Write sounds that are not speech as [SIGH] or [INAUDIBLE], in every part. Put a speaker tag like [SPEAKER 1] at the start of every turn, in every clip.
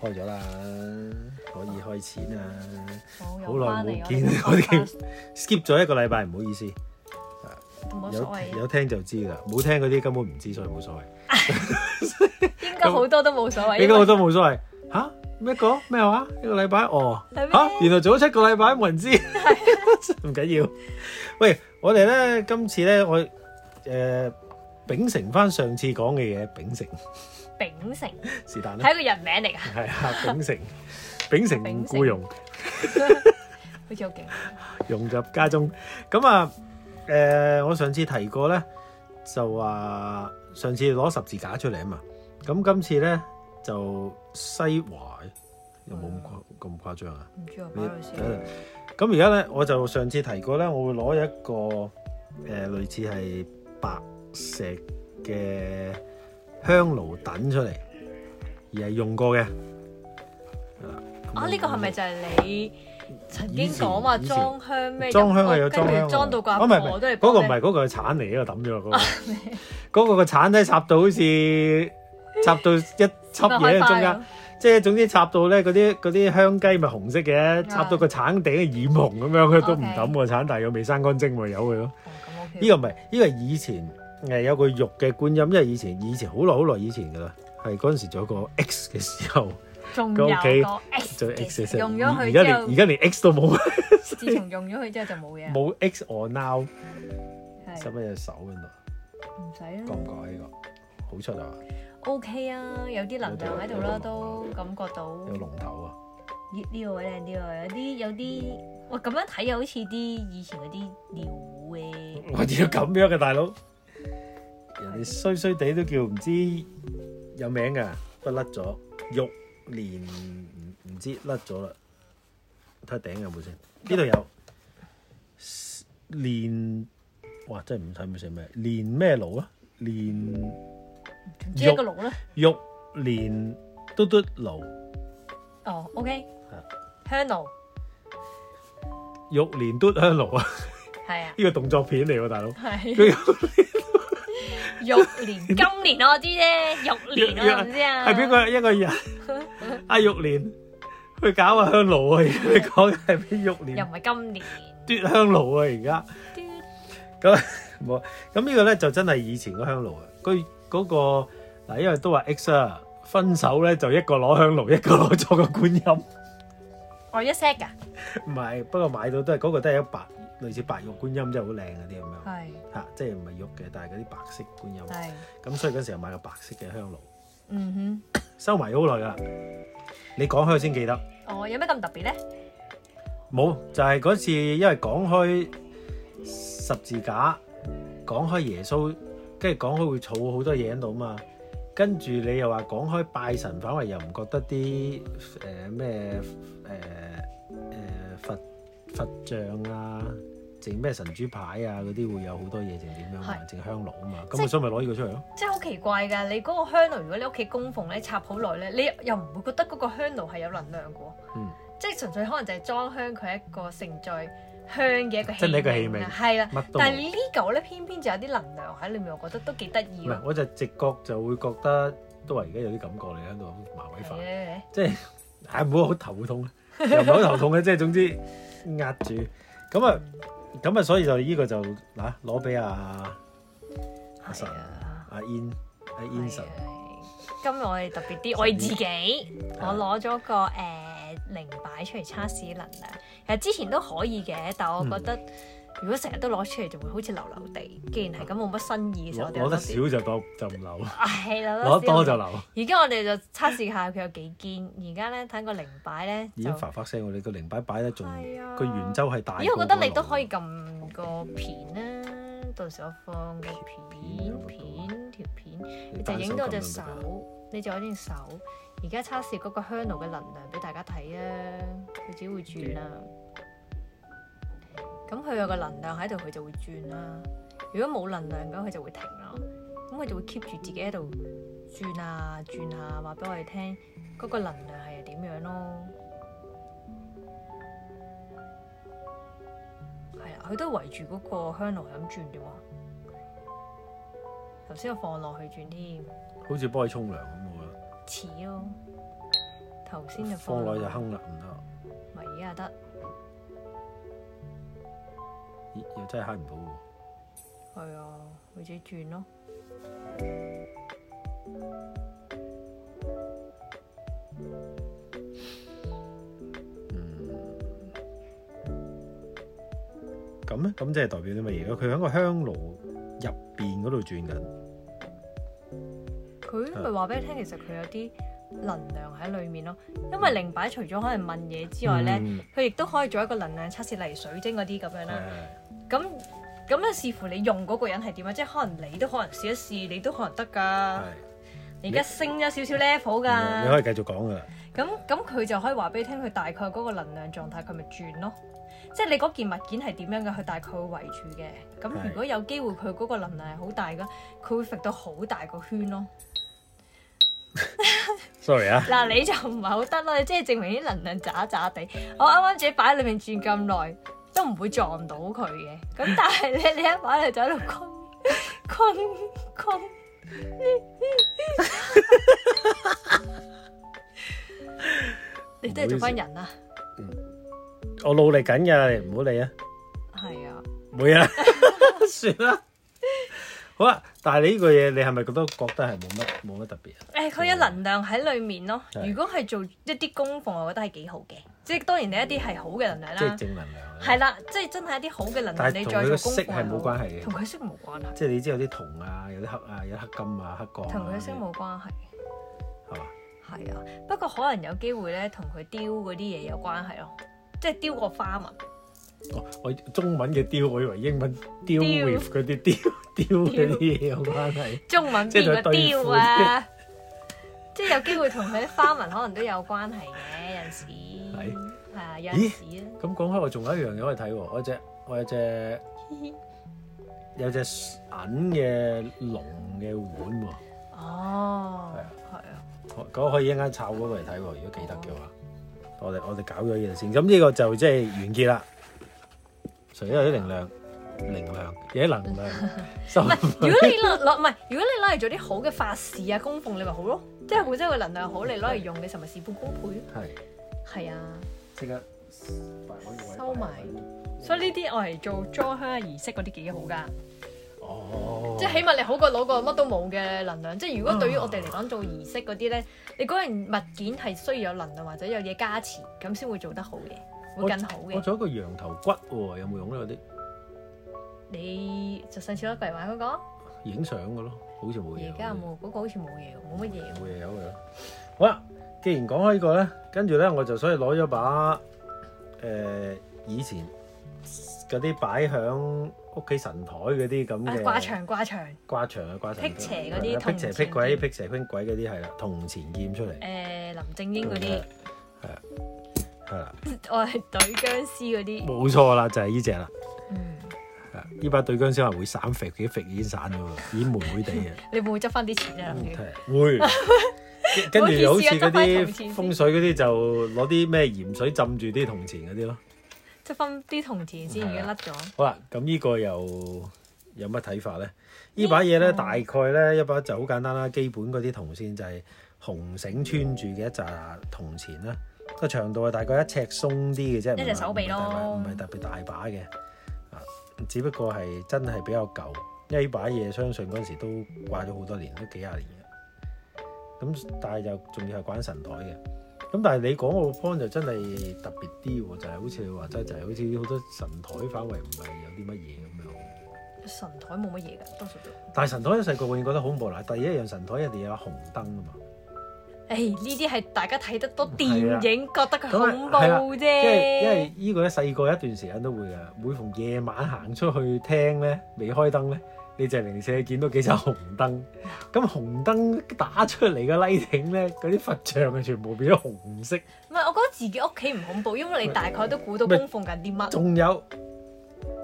[SPEAKER 1] 開咗啦，可以開始啦。
[SPEAKER 2] 好
[SPEAKER 1] 好耐冇見， [LAUGHS] 我
[SPEAKER 2] 我
[SPEAKER 1] 哋
[SPEAKER 2] 哋
[SPEAKER 1] skip 咗一個禮拜，唔好意思。
[SPEAKER 2] 冇所
[SPEAKER 1] 有
[SPEAKER 2] 謂，
[SPEAKER 1] 有聽就知啦，冇聽嗰啲根本唔知，所以冇
[SPEAKER 2] [LAUGHS]
[SPEAKER 1] 所謂。
[SPEAKER 2] 應該好多都冇所
[SPEAKER 1] 應
[SPEAKER 2] 謂。
[SPEAKER 1] 該
[SPEAKER 2] 因為
[SPEAKER 1] 我都冇所謂。吓？咩講咩話？一個禮拜哦，
[SPEAKER 2] 係咩
[SPEAKER 1] 吓？原來做咗七個禮拜冇人知， [LAUGHS] 唔緊要。喂，我哋咧今次咧我誒秉承翻上次講嘅嘢，秉承
[SPEAKER 2] 秉承
[SPEAKER 1] 是但啦，
[SPEAKER 2] 係一個人名嚟㗎，
[SPEAKER 1] 係啊，秉承秉承
[SPEAKER 2] 秉
[SPEAKER 1] 故
[SPEAKER 2] 承
[SPEAKER 1] 用。
[SPEAKER 2] 好似好勁。
[SPEAKER 1] 融入家中。咁啊，誒、我上次提過咧，就話上次攞十字架出嚟啊嘛。咁今次咧就西華，有冇咁誇咁誇張啊？
[SPEAKER 2] 唔知啊，擺
[SPEAKER 1] 你
[SPEAKER 2] 喺度
[SPEAKER 1] 睇
[SPEAKER 2] 先。
[SPEAKER 1] 下咁而家咧，我就上次提過咧，我會攞一個誒、呃、類似係白石嘅香爐等出嚟，而係用過嘅。係啦
[SPEAKER 2] 啊，呢個係咪就係你曾經講話
[SPEAKER 1] 嗯以前以前
[SPEAKER 2] 裝香咩？
[SPEAKER 1] 裝香係啊有裝
[SPEAKER 2] 跟
[SPEAKER 1] 香
[SPEAKER 2] 住
[SPEAKER 1] 喎，
[SPEAKER 2] 裝到個
[SPEAKER 1] 哦
[SPEAKER 2] 阿
[SPEAKER 1] 唔係唔
[SPEAKER 2] 婆
[SPEAKER 1] 係
[SPEAKER 2] 都嚟
[SPEAKER 1] 嗰
[SPEAKER 2] 幫
[SPEAKER 1] 個唔
[SPEAKER 2] 你
[SPEAKER 1] 係嗰個係鏟嚟，嗰個抌咗
[SPEAKER 2] [LAUGHS]
[SPEAKER 1] 嗰個，嗰個個鏟咧插到好似插到一插嘢
[SPEAKER 2] 開
[SPEAKER 1] 喺
[SPEAKER 2] 花
[SPEAKER 1] 中間，即係總之插到咧嗰啲嗰啲香雞咪紅色嘅，插到個鏟頂染紅咁樣，佢都唔
[SPEAKER 2] OK
[SPEAKER 1] 抌個鏟，但係又未生乾蒸咪由佢咯。
[SPEAKER 2] 哦咁 OK
[SPEAKER 1] 呢個唔係，呢個係以前誒有個玉嘅觀音，因為以前以前好耐好耐以前㗎啦，係嗰陣時仲有個 X 嘅時候，
[SPEAKER 2] 仲
[SPEAKER 1] 個
[SPEAKER 2] 有
[SPEAKER 1] 屋企
[SPEAKER 2] 個 X，
[SPEAKER 1] 就 X 嘅時候，
[SPEAKER 2] 用
[SPEAKER 1] 而
[SPEAKER 2] 咗
[SPEAKER 1] 而
[SPEAKER 2] 佢
[SPEAKER 1] 家
[SPEAKER 2] 之
[SPEAKER 1] 連
[SPEAKER 2] 後
[SPEAKER 1] 而，家連 X 都冇，
[SPEAKER 2] 自從用咗佢之後就冇嘢。
[SPEAKER 1] 冇 X or now，使
[SPEAKER 2] 係
[SPEAKER 1] 乜隻手喺度？
[SPEAKER 2] 唔使啦
[SPEAKER 1] 覺。唔覺呢個好出啊？
[SPEAKER 2] O K 啊，有啲能量喺度啦，都感覺到
[SPEAKER 1] 有龍頭啊！
[SPEAKER 2] 呢呢個位靚啲喎，有啲有啲，哇咁樣睇啊又好似啲以前嗰啲尿嘅，
[SPEAKER 1] [LAUGHS] 我要咁樣嘅大佬，人哋衰衰地都叫唔知有名㗎，不過甩咗玉蓮唔唔知甩咗啦，睇下頂有冇先？呢度有蓮，哇！真係唔睇唔寫咩蓮咩爐啊？蓮
[SPEAKER 2] 唔知一個爐啦。
[SPEAKER 1] 玉蓮嘟嘟爐，
[SPEAKER 2] 哦，O K，
[SPEAKER 1] 啊
[SPEAKER 2] 香爐
[SPEAKER 1] 玉蓮嘟香爐啊！
[SPEAKER 2] 係啊，
[SPEAKER 1] 呢個動作片嚟喎，大佬。
[SPEAKER 2] 係
[SPEAKER 1] 佢
[SPEAKER 2] 玉蓮，金蓮啊我知啫，玉蓮我唔知啊。
[SPEAKER 1] 係邊？個一個 [LAUGHS] 人？阿玉蓮去搞個香爐啊！ [LAUGHS] 而家講係俾玉
[SPEAKER 2] 又
[SPEAKER 1] 蓮
[SPEAKER 2] 唔係金蓮。
[SPEAKER 1] 奪香爐啊！而家嗯咁冇咁呢個咧就真係以前個香爐啊！佢嗰、個嗱，因為都話 X 啊，分手咧就一個攞香爐，一個攞咗個觀音。
[SPEAKER 2] 我哦一 set 㗎，
[SPEAKER 1] 唔係，不過買到都係嗰、個都係一白類似白玉觀音，真係好靚嗰啲咁樣
[SPEAKER 2] 係
[SPEAKER 1] 嚇，即係唔係玉嘅，但係嗰啲白色觀音。
[SPEAKER 2] 係，
[SPEAKER 1] 咁所以嗰時候買個白色嘅香爐，
[SPEAKER 2] 嗯
[SPEAKER 1] 收埋咗好耐㗎啦。你講開先記得。
[SPEAKER 2] 哼，哦，有咩咁特別咧？
[SPEAKER 1] 冇，就係、嗰次，因為講開十字架，講開耶穌，跟住講開會儲好多嘢喺度嘛。跟住你又話講開拜神，反為又唔覺得啲誒咩誒誒佛佛像啊，整咩神主牌啊嗰啲會有好多嘢，整點樣嘛，整香爐啊嘛。咁
[SPEAKER 2] 即
[SPEAKER 1] 我所以咪攞呢個出啊嚟咯。
[SPEAKER 2] 真係好奇怪㗎！你嗰個香爐，如果你屋企供奉咧，插好耐咧，你又唔會覺得嗰個香爐係有能量嘅喎。
[SPEAKER 1] 嗯
[SPEAKER 2] 即係純粹可能就係裝香，佢係一個盛載香嘅一個
[SPEAKER 1] 真係一個
[SPEAKER 2] 器
[SPEAKER 1] 器
[SPEAKER 2] 皿
[SPEAKER 1] 皿
[SPEAKER 2] 啦係啦。
[SPEAKER 1] 乜都
[SPEAKER 2] 但係
[SPEAKER 1] 冇。
[SPEAKER 2] 呢嚿咧，偏偏就有啲能量喺裏面，我覺得都幾得
[SPEAKER 1] 唔
[SPEAKER 2] 意
[SPEAKER 1] 係
[SPEAKER 2] 喎。，
[SPEAKER 1] 我就直覺就會覺得都話而家有啲感覺嚟喺度麻鬼煩。
[SPEAKER 2] 係啊
[SPEAKER 1] 即係唉，唔好好頭痛啊，又唔係好頭痛嘅，即係總之壓住咁啊，咁啊，所以就呢個就嗱攞俾阿阿神
[SPEAKER 2] 係啊，
[SPEAKER 1] 阿燕阿燕神
[SPEAKER 2] 係啊今日我哋特別啲，我哋自己，我
[SPEAKER 1] 啊
[SPEAKER 2] 攞咗個誒零擺出嚟測試能量。其實之前都可以嘅，但
[SPEAKER 1] 嗯
[SPEAKER 2] 我覺得如果成日都攞出嚟，就會好似流流地。既然係咁，啊冇乜新意嘅時候，
[SPEAKER 1] 攞
[SPEAKER 2] 我哋
[SPEAKER 1] 攞得
[SPEAKER 2] 特別
[SPEAKER 1] 少就當就唔留，
[SPEAKER 2] 係啦，
[SPEAKER 1] 攞得多就
[SPEAKER 2] 少
[SPEAKER 1] 留，
[SPEAKER 2] 而家我哋就測試下佢有幾堅。而家咧睇個零擺咧
[SPEAKER 1] 已
[SPEAKER 2] 就
[SPEAKER 1] 經發發聲，我哋個零擺擺得仲
[SPEAKER 2] 係啊
[SPEAKER 1] 個圓周係大過個
[SPEAKER 2] 咦，
[SPEAKER 1] 腦。
[SPEAKER 2] 我覺得你都可以撳個片啦，到時我放個片片條片，
[SPEAKER 1] 你
[SPEAKER 2] 你就
[SPEAKER 1] 單
[SPEAKER 2] 影到
[SPEAKER 1] 撳
[SPEAKER 2] 隻
[SPEAKER 1] 就
[SPEAKER 2] 手
[SPEAKER 1] 得㗎，
[SPEAKER 2] 你就有隻手。而家測試嗰個香爐嘅能量俾大家睇啊，佢只會轉啦。咁佢有個能量喺度，佢就會轉啦。如果冇能量咁，佢就會停啦。咁佢就會 keep 住自己喺度轉啊轉啊，話俾我哋聽嗰個能量係點樣咯。係啦，佢都圍住嗰個香爐咁轉啫嘛。頭先我放落去轉添，
[SPEAKER 1] 好似幫佢沖涼咁喎。
[SPEAKER 2] 似咯。頭先就
[SPEAKER 1] 放耐
[SPEAKER 2] 落
[SPEAKER 1] 就，坑啦，唔得，
[SPEAKER 2] 咪而家得
[SPEAKER 1] 咦又真係慳唔到喎。
[SPEAKER 2] 係啊，佢自己轉咯。
[SPEAKER 1] 咁咧，咁即係代表啲乜嘢？如果佢喺個香爐入邊嗰度轉緊，
[SPEAKER 2] 佢咪話俾你聽，其實佢有啲能量喺裡面咯。因為靈擺除咗可能問嘢之外咧，
[SPEAKER 1] 嗯
[SPEAKER 2] 佢亦都可以做一個能量測試，例如水晶嗰啲咁樣
[SPEAKER 1] 係
[SPEAKER 2] 啦。
[SPEAKER 1] 係
[SPEAKER 2] 咁咁咧視乎你用嗰個人係點啊，即係可能你都可能試一試，你都可能得㗎。
[SPEAKER 1] 係
[SPEAKER 2] 你而家升咗少少 level
[SPEAKER 1] 你你可
[SPEAKER 2] 㗎，
[SPEAKER 1] 以繼續講噶。
[SPEAKER 2] 咁咁佢就可以話俾你聽，佢大概嗰個能量狀態，佢咪轉咯。即係你嗰件物件係點樣嘅，佢大概會圍住嘅。咁
[SPEAKER 1] 係
[SPEAKER 2] 如果有機會佢嗰個能量係好大嘅，佢會揈到好大個圈咯。
[SPEAKER 1] Sorry 啊，
[SPEAKER 2] 嗱，你就唔係好得咯，你即係證明啲能量渣渣地。我啱啱自己擺喺裏面轉咁耐，都唔會撞到佢嘅。咁但係咧，你一擺嚟就喺度坤坤坤，你都係做翻人啊！
[SPEAKER 1] 我努力緊㗎，你唔好理啊，
[SPEAKER 2] 係啊，
[SPEAKER 1] 冇嘢啦， [LAUGHS] 算啦。好啦，但係你呢個嘢，你係咪覺得覺得係冇乜冇乜特別啊？
[SPEAKER 2] 誒，佢有能量喺裏面咯。
[SPEAKER 1] 係
[SPEAKER 2] 如果係做一啲供奉，我覺得係幾好嘅。即係當然你一啲係好嘅能量
[SPEAKER 1] 即係
[SPEAKER 2] 啦，
[SPEAKER 1] 正能量啊。
[SPEAKER 2] 係啦，即係真係一啲好嘅能
[SPEAKER 1] 但
[SPEAKER 2] 量，
[SPEAKER 1] 係
[SPEAKER 2] 你
[SPEAKER 1] 同
[SPEAKER 2] 再
[SPEAKER 1] 佢個
[SPEAKER 2] 做
[SPEAKER 1] 色
[SPEAKER 2] 供奉
[SPEAKER 1] 係冇關係
[SPEAKER 2] 係好
[SPEAKER 1] 嘅，
[SPEAKER 2] 同佢色冇關係。
[SPEAKER 1] 即係你知有啲銅啊，有啲黑啊，有啲黑金啊，黑鋼啊
[SPEAKER 2] 同佢色冇關係，
[SPEAKER 1] 係嘛？
[SPEAKER 2] 係啊。不過可能有機會咧，同佢雕嗰啲嘢有關係咯，即係雕個花紋。
[SPEAKER 1] 哦，我中文嘅雕，我以為英文 deal
[SPEAKER 2] 雕
[SPEAKER 1] with 嗰啲雕雕嗰啲嘢有關係。
[SPEAKER 2] 中文
[SPEAKER 1] 即係
[SPEAKER 2] 邊
[SPEAKER 1] 對
[SPEAKER 2] 個
[SPEAKER 1] 對
[SPEAKER 2] 雕
[SPEAKER 1] 付
[SPEAKER 2] 啊？即係有機會同佢啲花紋可能都有關係嘅，有陣時
[SPEAKER 1] 係
[SPEAKER 2] 係啊，有陣時啊，
[SPEAKER 1] 咁講開，我仲有一樣嘢可以睇喎，我有隻我有隻有隻銀嘅龍嘅碗喎，
[SPEAKER 2] 哦
[SPEAKER 1] 係啊，
[SPEAKER 2] 係啊，
[SPEAKER 1] 可嗰可以一陣間摷嗰個嚟睇喎，如果記得嘅話，我哋我哋搞咗嘢先，咁呢個就即係完結啦。除咗有啲能量，能量有啲能
[SPEAKER 2] [LAUGHS]
[SPEAKER 1] 量，收
[SPEAKER 2] 唔係，如果你攞攞唔係，如果你攞嚟做啲好嘅法事啊、供奉，你咪好咯。即係本身個能量好，你攞嚟用嘅時候咪事半功倍咯。
[SPEAKER 1] 係
[SPEAKER 2] 係啊，
[SPEAKER 1] 即刻
[SPEAKER 2] 收埋所以呢啲我嚟做裝香儀式嗰啲幾好㗎。
[SPEAKER 1] 哦，
[SPEAKER 2] 即係起碼你好過攞個乜都冇嘅能量。即係如果對於我哋嚟講做儀式嗰啲咧，你嗰樣物件係需要有能量或者有嘢加持，咁先會做得好嘅，會更好
[SPEAKER 1] 我
[SPEAKER 2] 嘅。
[SPEAKER 1] 仲有一個羊頭骨喎，有冇用咧？
[SPEAKER 2] 你就上次攞櫃玩嗰個，
[SPEAKER 1] 嗰啲影相嘅咯，好似冇嘢喎。
[SPEAKER 2] 而家有冇嗰個好似冇嘢喎，冇乜嘢喎。
[SPEAKER 1] 冇嘢有嘅。好啦，既然講開呢個咧，跟住咧我就所以攞咗把誒、呃以前嗰啲擺響屋企神台嗰啲咁
[SPEAKER 2] 啊
[SPEAKER 1] 嘅
[SPEAKER 2] 掛牆掛牆，
[SPEAKER 1] 掛牆啊掛牆
[SPEAKER 2] 辟邪嗰
[SPEAKER 1] 係
[SPEAKER 2] 啲
[SPEAKER 1] 啊辟邪
[SPEAKER 2] 銅錢
[SPEAKER 1] 辟鬼
[SPEAKER 2] 劍
[SPEAKER 1] 辟邪辟鬼嗰啲係啦，銅錢劍出嚟
[SPEAKER 2] 誒林正英嗰
[SPEAKER 1] 係
[SPEAKER 2] 啲，
[SPEAKER 1] 啊係啦，
[SPEAKER 2] [LAUGHS] 我係對僵屍嗰啲，
[SPEAKER 1] 冇錯啦，就係呢只啦。
[SPEAKER 2] 嗯，
[SPEAKER 1] 係啊呢把對僵屍係會散肥，佢啲肥已經散咗啦，已經霉霉地啊嘅。
[SPEAKER 2] 你會唔會執翻啲錢啊？林正英 [LAUGHS]
[SPEAKER 1] 會。跟跟住又好似嗰
[SPEAKER 2] 唔好意思啊執
[SPEAKER 1] 啲
[SPEAKER 2] 返銅錢先
[SPEAKER 1] 風水嗰啲就攞啲咩鹽水浸住啲銅錢嗰啲咯。
[SPEAKER 2] 執翻啲銅錢先，而家甩咗。
[SPEAKER 1] 好啦，咁呢個又有乜睇法咧？呢把嘢咧，大概咧一把就好簡單啦，基本嗰啲銅線就係紅繩穿住嘅一紮銅錢啦。個長度係大概一尺鬆啲嘅啫，唔係
[SPEAKER 2] 一隻手臂咯
[SPEAKER 1] 唔係大把唔係特別大把嘅。啊，只不過係真係比較舊，因為呢把嘢相信嗰陣時都掛咗好多年，都幾廿年嘅。咁但係就仲要係掛喺神台嘅。咁但係你講個 point 就真係特別啲喎，就係、好似你話齋，就係、好似好多神台反為唔係有啲乜嘢咁樣。
[SPEAKER 2] 神台冇乜嘢㗎，多數都。
[SPEAKER 1] 但係神台細個永遠覺得恐怖啦。第一樣神台一定要有紅燈啊嘛，
[SPEAKER 2] 誒呢啲係大家睇得多電影，覺得佢
[SPEAKER 1] 咁啊
[SPEAKER 2] 恐
[SPEAKER 1] 係啦
[SPEAKER 2] 怖啫。
[SPEAKER 1] 因為因為呢個咧細個一段時間都會㗎。每逢夜晚行出去廳咧，未開燈咧，你就零舍見到幾盞紅燈。咁紅燈打出嚟嘅 lighting 咧，嗰啲佛像啊全部變咗紅
[SPEAKER 2] [LAUGHS]
[SPEAKER 1] 色。
[SPEAKER 2] 唔係，我覺得自己屋企唔恐怖，因為你大概都估到
[SPEAKER 1] 咪
[SPEAKER 2] 供奉緊啲乜。
[SPEAKER 1] 仲有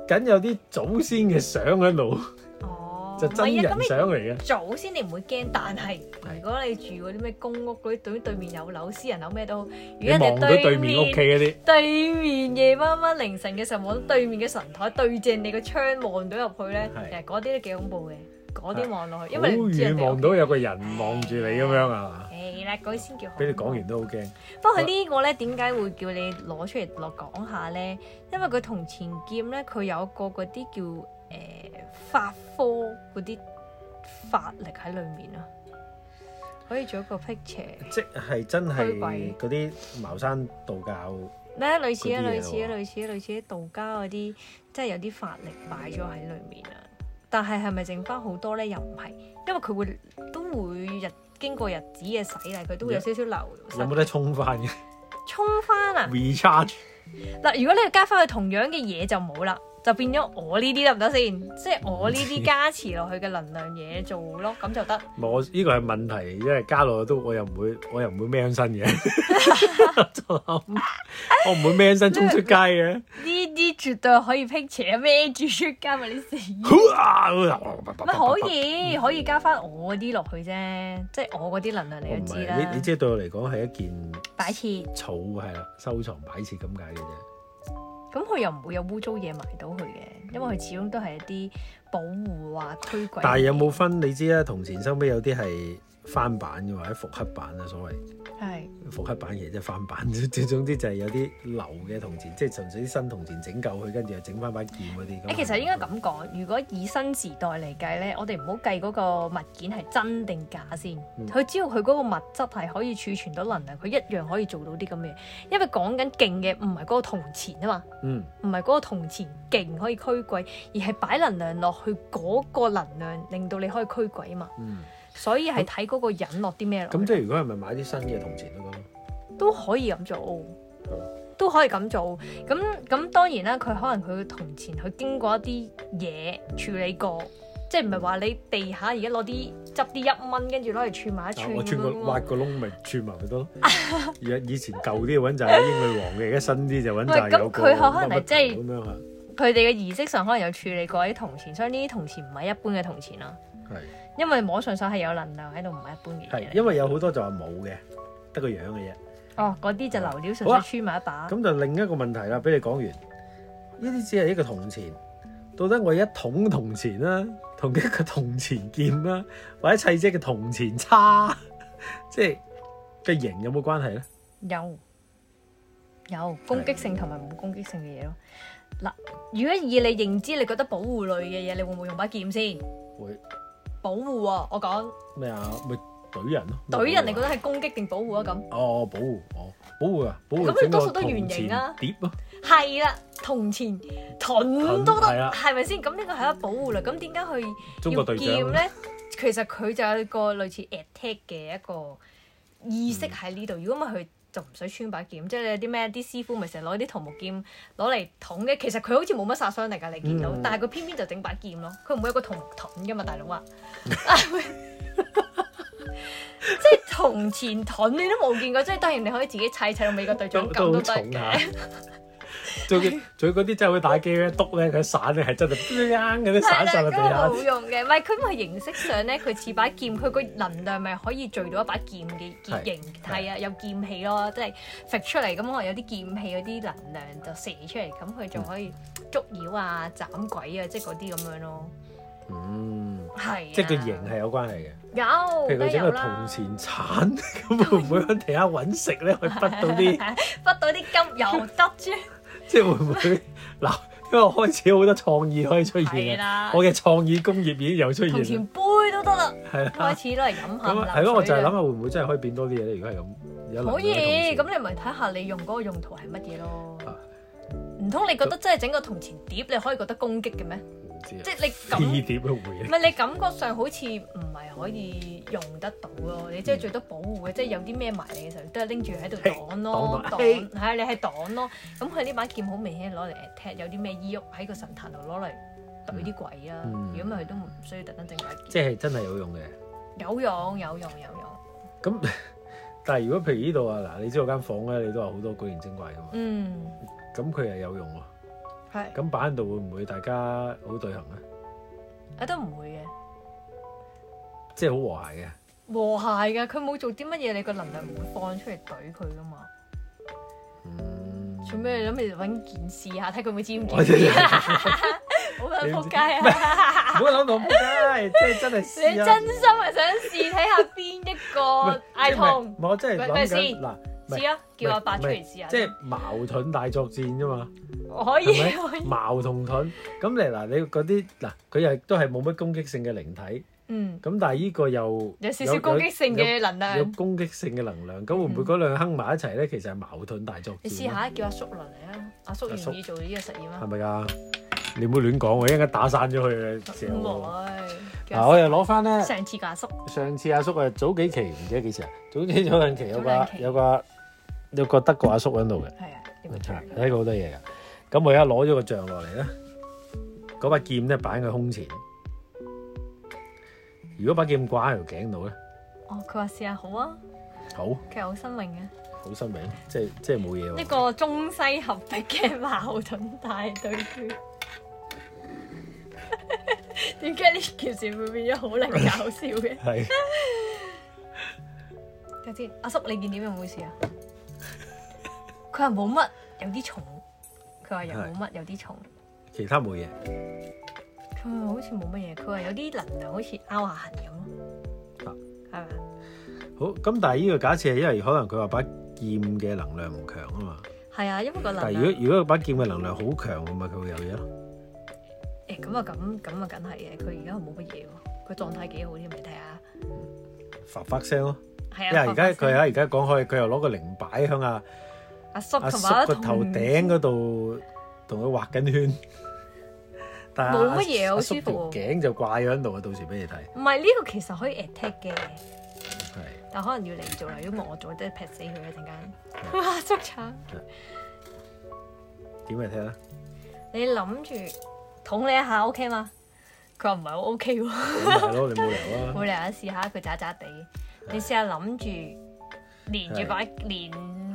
[SPEAKER 1] 緊有啲祖先嘅相喺度，
[SPEAKER 2] 哦，
[SPEAKER 1] 就
[SPEAKER 2] 唔
[SPEAKER 1] 真
[SPEAKER 2] 係
[SPEAKER 1] 人
[SPEAKER 2] 啊，咁
[SPEAKER 1] 相嚟嘅。
[SPEAKER 2] 你祖先你唔會驚，但係如果你住嗰啲咩公屋嗰啲對對面有樓、私人樓咩都好，如
[SPEAKER 1] 你
[SPEAKER 2] 果
[SPEAKER 1] 望
[SPEAKER 2] 人
[SPEAKER 1] 到
[SPEAKER 2] 哋
[SPEAKER 1] 對
[SPEAKER 2] 對
[SPEAKER 1] 面屋企嗰
[SPEAKER 2] 面
[SPEAKER 1] 啲，
[SPEAKER 2] 對面夜晚晚凌晨嘅時候望到對面嘅神台對正你個窗望到入去咧，
[SPEAKER 1] 係
[SPEAKER 2] 其實嗰啲都幾恐怖嘅。嗰啲望落去，因
[SPEAKER 1] 好
[SPEAKER 2] 為你唔知
[SPEAKER 1] 遠
[SPEAKER 2] 人哋
[SPEAKER 1] 望到有個人望住你咁樣啊！
[SPEAKER 2] 誒啦，嗰啲先叫
[SPEAKER 1] 俾你講完都好驚。
[SPEAKER 2] 不過佢呢個咧點解會叫你攞出嚟落講下咧？因為佢銅錢劍咧，佢有個嗰啲叫誒、呃、法科嗰啲法力喺裏面啊，可以做一個 picture
[SPEAKER 1] 即係真
[SPEAKER 2] 虛
[SPEAKER 1] 係
[SPEAKER 2] 偽
[SPEAKER 1] 嗰啲茅山道教，
[SPEAKER 2] 咧，類似啊，
[SPEAKER 1] 嗰啲嘢
[SPEAKER 2] 類似啊，
[SPEAKER 1] 喎
[SPEAKER 2] 類似啊，類似啲道家嗰啲，即係有啲法力擺咗喺裏面啊。但係係咪剩翻好多咧？又唔係，因為佢會都會日經過日子嘅洗禮，佢都會有少少流失。
[SPEAKER 1] 有冇得沖翻嘅
[SPEAKER 2] 沖翻啊？
[SPEAKER 1] recharge？
[SPEAKER 2] 嗱，如果你加翻去同樣嘅嘢就冇啦，就變咗我呢啲得唔得先？即係我呢啲加持落去嘅能量嘢做咯，咁就得。
[SPEAKER 1] 唔係我呢個係問題，因為加落去都我又唔會，我又唔會孭
[SPEAKER 2] [LAUGHS]
[SPEAKER 1] 身嘅。 [LAUGHS] 就諗我唔會孭身衝出街嘅。
[SPEAKER 2] 呢啲絕對可以 picture 孭住出街咪你死。咪可以可以加翻我啲落去啫，即係我嗰啲能量
[SPEAKER 1] 我
[SPEAKER 2] 你
[SPEAKER 1] 唔
[SPEAKER 2] 都知
[SPEAKER 1] 係
[SPEAKER 2] 啦
[SPEAKER 1] 你，你。即係對我嚟講係一件
[SPEAKER 2] 擺設，
[SPEAKER 1] 草係啦，收藏擺設咁解嘅啫。
[SPEAKER 2] 咁佢又唔會有污糟嘢埋到佢嘅，因為佢始終都係一啲保護啊、推軌。
[SPEAKER 1] 但係有冇分？你知啦，銅錢收尾有啲係翻版嘅，或者復刻版啊，所謂。
[SPEAKER 2] 係
[SPEAKER 1] 復刻版其實即係翻版， [LAUGHS] 總總之就係有啲流嘅銅錢，即係純粹啲新銅錢整舊佢，跟住又整翻把劍嗰啲。
[SPEAKER 2] 誒，其實應該咁講，如果以新時代嚟計咧，我哋唔好計嗰個物件係真定假先，
[SPEAKER 1] 嗯
[SPEAKER 2] 佢、只要佢嗰個物質係可以儲存到能量，佢一樣可以做到啲咁嘅嘢。因為講緊勁嘅唔係嗰個銅錢啊嘛，
[SPEAKER 1] 嗯，
[SPEAKER 2] 唔係嗰個銅錢勁可以驅鬼，而係擺能量落去嗰個能量，令到你可以驅鬼啊嘛。
[SPEAKER 1] 嗯
[SPEAKER 2] 所以係睇嗰個人落啲咩落去。
[SPEAKER 1] 咁即係如果係咪買啲新嘅銅錢咯？
[SPEAKER 2] 都可以咁做
[SPEAKER 1] 好，
[SPEAKER 2] 都可以咁做。咁咁當然啦，佢可能佢銅錢佢經過一啲嘢處理過，即係唔係話你地下而家攞啲執啲一蚊，跟住攞嚟串埋一
[SPEAKER 1] 啊
[SPEAKER 2] 串
[SPEAKER 1] 我
[SPEAKER 2] 咁
[SPEAKER 1] 穿個
[SPEAKER 2] 樣
[SPEAKER 1] 挖
[SPEAKER 2] 喎。
[SPEAKER 1] 個窿咪穿埋佢
[SPEAKER 2] [LAUGHS]
[SPEAKER 1] 得咯。而以前舊啲就揾就係英女王嘅，而家新啲就揾就係有個
[SPEAKER 2] 喂咁佢可能係即係
[SPEAKER 1] 乜乜頭咁樣啊，
[SPEAKER 2] 佢哋嘅儀式上可能有處理過啲銅錢，所以呢啲銅錢唔係一般嘅銅錢啦，
[SPEAKER 1] 係
[SPEAKER 2] 因為摸上手係有能量喺度，唔係一般嘅嘢
[SPEAKER 1] 係，
[SPEAKER 2] 嚟。
[SPEAKER 1] 因為有好多就話冇嘅，得個樣嘅啫。
[SPEAKER 2] 哦，嗰啲就流料純
[SPEAKER 1] 好啊
[SPEAKER 2] 粹穿埋一把。
[SPEAKER 1] 咁就另一個問題啦，俾你講完，呢啲只係一個銅錢，到底我一桶銅錢啦，同一個銅錢劍啦，或者砌隻嘅銅錢叉， [LAUGHS] 即係嘅型有冇關係咧？
[SPEAKER 2] 有有攻擊性同埋冇攻擊性嘅嘢咯。嗱，如果以你認知，你覺得保護類嘅嘢，你會唔會用把劍先？
[SPEAKER 1] 會
[SPEAKER 2] 保護喎、我講
[SPEAKER 1] 咩啊？咪懟人咯，
[SPEAKER 2] 懟人，你覺
[SPEAKER 1] 得？
[SPEAKER 2] 得係攻擊定保護啊？咁
[SPEAKER 1] 哦，保護，哦，保護啊，保護
[SPEAKER 2] 咁你
[SPEAKER 1] 整個
[SPEAKER 2] 多數都圓
[SPEAKER 1] 銅
[SPEAKER 2] 形
[SPEAKER 1] 錢
[SPEAKER 2] 啦
[SPEAKER 1] 碟咯，
[SPEAKER 2] 係啦，銅錢盾都得
[SPEAKER 1] 係，啦
[SPEAKER 2] 係咪先？咁呢個係一個保護類，咁點解佢
[SPEAKER 1] 中國
[SPEAKER 2] 要
[SPEAKER 1] 隊
[SPEAKER 2] 劍
[SPEAKER 1] 長，
[SPEAKER 2] 咧？其實佢就有一個類似 attack 嘅一個意識喺呢度。如果唔係佢就唔使穿把劍，即係有啲咩啲師傅咪成日攞啲桃木劍攞嚟捅嘅。其實佢好似冇乜殺傷力㗎，你見到，
[SPEAKER 1] 嗯
[SPEAKER 2] 但係佢偏偏就整把劍咯。佢唔會有個銅盾㗎嘛，大佬啊！ [LAUGHS] 即係銅錢盾你都冇見過，即係當然你可以自己砌砌到美國隊長
[SPEAKER 1] 都
[SPEAKER 2] 咁
[SPEAKER 1] 都
[SPEAKER 2] 都
[SPEAKER 1] 好
[SPEAKER 2] 得
[SPEAKER 1] 重下
[SPEAKER 2] 嘅。。
[SPEAKER 1] 仲要仲要嗰啲真係會打機咧，篤咧佢散咧係真係啱 [LAUGHS] 嗰啲散晒落地
[SPEAKER 2] 係啦
[SPEAKER 1] 下
[SPEAKER 2] 咁就。冇用嘅，唔係佢咪形式上咧，佢似把劍，佢個能量咪可以聚到一把劍嘅
[SPEAKER 1] 係
[SPEAKER 2] 嘅形態啊，有劍氣咯，即係揈出嚟咁，可能有啲劍氣嗰啲能量就射出嚟，咁佢仲可以捉妖啊、斬鬼啊，即係嗰啲咁樣咯。
[SPEAKER 1] 嗯，
[SPEAKER 2] 係啊，
[SPEAKER 1] 即係個型係有關係嘅。
[SPEAKER 2] 有，
[SPEAKER 1] 譬如
[SPEAKER 2] 哦梗
[SPEAKER 1] 佢
[SPEAKER 2] 係
[SPEAKER 1] 整
[SPEAKER 2] 有
[SPEAKER 1] 個
[SPEAKER 2] 啦
[SPEAKER 1] 銅，
[SPEAKER 2] [LAUGHS]
[SPEAKER 1] 錢鏟， [LAUGHS] 咁會唔會喺地下揾食咧？去畢到啲， [LAUGHS]
[SPEAKER 2] 畢到啲金又得啫，
[SPEAKER 1] 即係會唔會 [LAUGHS] 嗱？因為我開始好多創意可以出現
[SPEAKER 2] 係
[SPEAKER 1] 啦，
[SPEAKER 2] 啦
[SPEAKER 1] 我。嘅創意工業已經有出現
[SPEAKER 2] 銅
[SPEAKER 1] 啦
[SPEAKER 2] 錢，杯都得啦，
[SPEAKER 1] 係啦
[SPEAKER 2] 開。始攞嚟飲下
[SPEAKER 1] 咁
[SPEAKER 2] 唔
[SPEAKER 1] 啊係咯，我
[SPEAKER 2] 流
[SPEAKER 1] 就係
[SPEAKER 2] 水
[SPEAKER 1] 諗下
[SPEAKER 2] 啦
[SPEAKER 1] 會唔會真係可以變多啲嘢咧？如果係咁，有能
[SPEAKER 2] 可
[SPEAKER 1] 量嘅銅
[SPEAKER 2] 以，
[SPEAKER 1] 錢
[SPEAKER 2] 咁你咪睇下你用嗰個用途係乜嘢咯
[SPEAKER 1] 啊。
[SPEAKER 2] 唔通你覺得真係整個銅錢碟，你可以覺得攻擊嘅咩？
[SPEAKER 1] 唔知
[SPEAKER 2] 即
[SPEAKER 1] 啊，
[SPEAKER 2] 係你感
[SPEAKER 1] [LAUGHS] 飛
[SPEAKER 2] 唔
[SPEAKER 1] 碟嘅回
[SPEAKER 2] 係你感覺上好似唔係可以用得到咯。你即係最多保護嘅，即係有啲咩埋你嘅時候，都係拎住喺度
[SPEAKER 1] 嘿
[SPEAKER 2] 擋咯，
[SPEAKER 1] 擋
[SPEAKER 2] 擋
[SPEAKER 1] 落
[SPEAKER 2] 係啊你係擋咯。咁佢呢把劍好明顯攞嚟 attack，有啲咩衣鬱喺個神壇度攞嚟懟啲鬼啦。
[SPEAKER 1] 嗯
[SPEAKER 2] 如果唔係，佢都唔需要特登整把劍。
[SPEAKER 1] 即係真係有用嘅。
[SPEAKER 2] 有用，有用，有用。
[SPEAKER 1] 咁 [LAUGHS] 但係如果譬如呢度啊，嗱，你知道間房咧，你都話好多古靈精怪噶嘛，
[SPEAKER 2] 嗯，
[SPEAKER 1] 咁佢係有用喎。
[SPEAKER 2] 係。
[SPEAKER 1] 咁擺喺度會唔會大家好對行咧？
[SPEAKER 2] 啊，都唔會嘅。
[SPEAKER 1] 即係好和諧嘅。
[SPEAKER 2] 和諧噶，佢冇做啲乜嘢，你個能量唔會放出嚟懟佢噶嘛。
[SPEAKER 1] 嗯
[SPEAKER 2] 做咩 [LAUGHS] 你諗住揾件事下，睇佢會唔會知唔
[SPEAKER 1] 我 [LAUGHS]
[SPEAKER 2] 知？好想撲街啊！
[SPEAKER 1] 好諗到街，即係真係
[SPEAKER 2] 你真
[SPEAKER 1] 試
[SPEAKER 2] 心
[SPEAKER 1] 啊！
[SPEAKER 2] 係想試睇下邊一
[SPEAKER 1] [LAUGHS]
[SPEAKER 2] 個嗌痛
[SPEAKER 1] 唔，係我真係
[SPEAKER 2] 喂咪
[SPEAKER 1] 諗
[SPEAKER 2] 先
[SPEAKER 1] 緊嗱，唔係
[SPEAKER 2] 試啊，叫阿伯出嚟試下。
[SPEAKER 1] 即係矛盾大作戰啫
[SPEAKER 2] [LAUGHS]
[SPEAKER 1] 嘛，
[SPEAKER 2] 我可以
[SPEAKER 1] 係
[SPEAKER 2] 可
[SPEAKER 1] 咪？
[SPEAKER 2] 以，
[SPEAKER 1] 矛同盾咁你嗱，你嗰啲嗱，佢又都係冇乜攻擊性嘅靈體，
[SPEAKER 2] [LAUGHS] 嗯，
[SPEAKER 1] 咁但係呢個又
[SPEAKER 2] 有少少攻擊性嘅能
[SPEAKER 1] 有有
[SPEAKER 2] 量。
[SPEAKER 1] 攻擊性嘅能量，咁會唔會
[SPEAKER 2] 嗯
[SPEAKER 1] 嗰兩坑埋一齊咧？其實係矛盾大作戰。
[SPEAKER 2] 你試，下叫阿叔落嚟啊，阿叔
[SPEAKER 1] 阿叔
[SPEAKER 2] 願意做呢個實驗
[SPEAKER 1] 係
[SPEAKER 2] 啊？
[SPEAKER 1] 咪㗎？你唔好亂講喎，一陣間打散咗佢嘅時
[SPEAKER 2] 唔
[SPEAKER 1] 候。
[SPEAKER 2] 會。叫阿
[SPEAKER 1] 嗱，
[SPEAKER 2] 叔
[SPEAKER 1] 我又攞翻咧。
[SPEAKER 2] 上次個阿叔，
[SPEAKER 1] 上次阿叔啊，早幾期唔記得幾時啊，總之早兩期有個
[SPEAKER 2] 早兩期
[SPEAKER 1] 有個有個德國阿叔喺度嘅，
[SPEAKER 2] 係啊，呢個
[SPEAKER 1] 係
[SPEAKER 2] 獎。
[SPEAKER 1] 睇過好多嘢噶。咁我而家攞咗個像落嚟咧，嗰把劍咧擺喺佢胸前。如果把劍掛喺條頸度咧，
[SPEAKER 2] 哦，佢話試下好啊，
[SPEAKER 1] 好
[SPEAKER 2] 佢係好新穎嘅。
[SPEAKER 1] 好新穎，即係即係冇嘢
[SPEAKER 2] 一
[SPEAKER 1] 喎。
[SPEAKER 2] 個中西合璧嘅矛盾大對決。 [LAUGHS] 點解呢件事會變咗好令人搞笑嘅？
[SPEAKER 1] 係
[SPEAKER 2] 睇先，阿叔你見點樣冇事 [LAUGHS] 啊？佢話冇乜，有啲重。佢話又冇乜，有啲重。
[SPEAKER 1] 其他冇嘢，
[SPEAKER 2] 佢話好似冇乜嘢，佢話有啲能量好似拗下痕咁
[SPEAKER 1] 啊
[SPEAKER 2] 咯。係咪啊？
[SPEAKER 1] 好咁。但係呢個假設係因為可能佢話把劍嘅能量唔強啊嘛。
[SPEAKER 2] 係啊，因為個
[SPEAKER 1] 但
[SPEAKER 2] 能
[SPEAKER 1] 係
[SPEAKER 2] 量
[SPEAKER 1] 如果如果把劍嘅能量好強，咪佢會有嘢咯。
[SPEAKER 2] 誒咁啊咁咁啊，梗係嘅。佢而家冇乜嘢喎，佢狀態幾好添，你睇下。
[SPEAKER 1] 發發聲咯，因
[SPEAKER 2] 係
[SPEAKER 1] 為
[SPEAKER 2] 啊，
[SPEAKER 1] 而家佢喺而家講開，佢又攞個靈擺響啊。
[SPEAKER 2] 阿叔
[SPEAKER 1] 阿
[SPEAKER 2] 同
[SPEAKER 1] 叔
[SPEAKER 2] 埋阿
[SPEAKER 1] 個
[SPEAKER 2] 同
[SPEAKER 1] 頭頂嗰度同佢畫緊圈， [LAUGHS] 但係阿
[SPEAKER 2] 冇乜嘢好
[SPEAKER 1] 阿叔
[SPEAKER 2] 舒服喎
[SPEAKER 1] 條頸就掛咗喺度啊！到時俾你睇，
[SPEAKER 2] 唔係呢個其實可以 attack 嘅， [LAUGHS]
[SPEAKER 1] 係
[SPEAKER 2] 但可能要你做啦。如果唔係我做，即係劈死佢一啊陣間。哇！捉賊，
[SPEAKER 1] 點嚟睇啦？
[SPEAKER 2] 你諗住捅你一下 OK 嘛？佢話唔係好 OK
[SPEAKER 1] [LAUGHS]
[SPEAKER 2] 喎，
[SPEAKER 1] 咁咪係咯，你冇理由啊！
[SPEAKER 2] 冇理由試下佢渣渣地。你試下諗住連住把連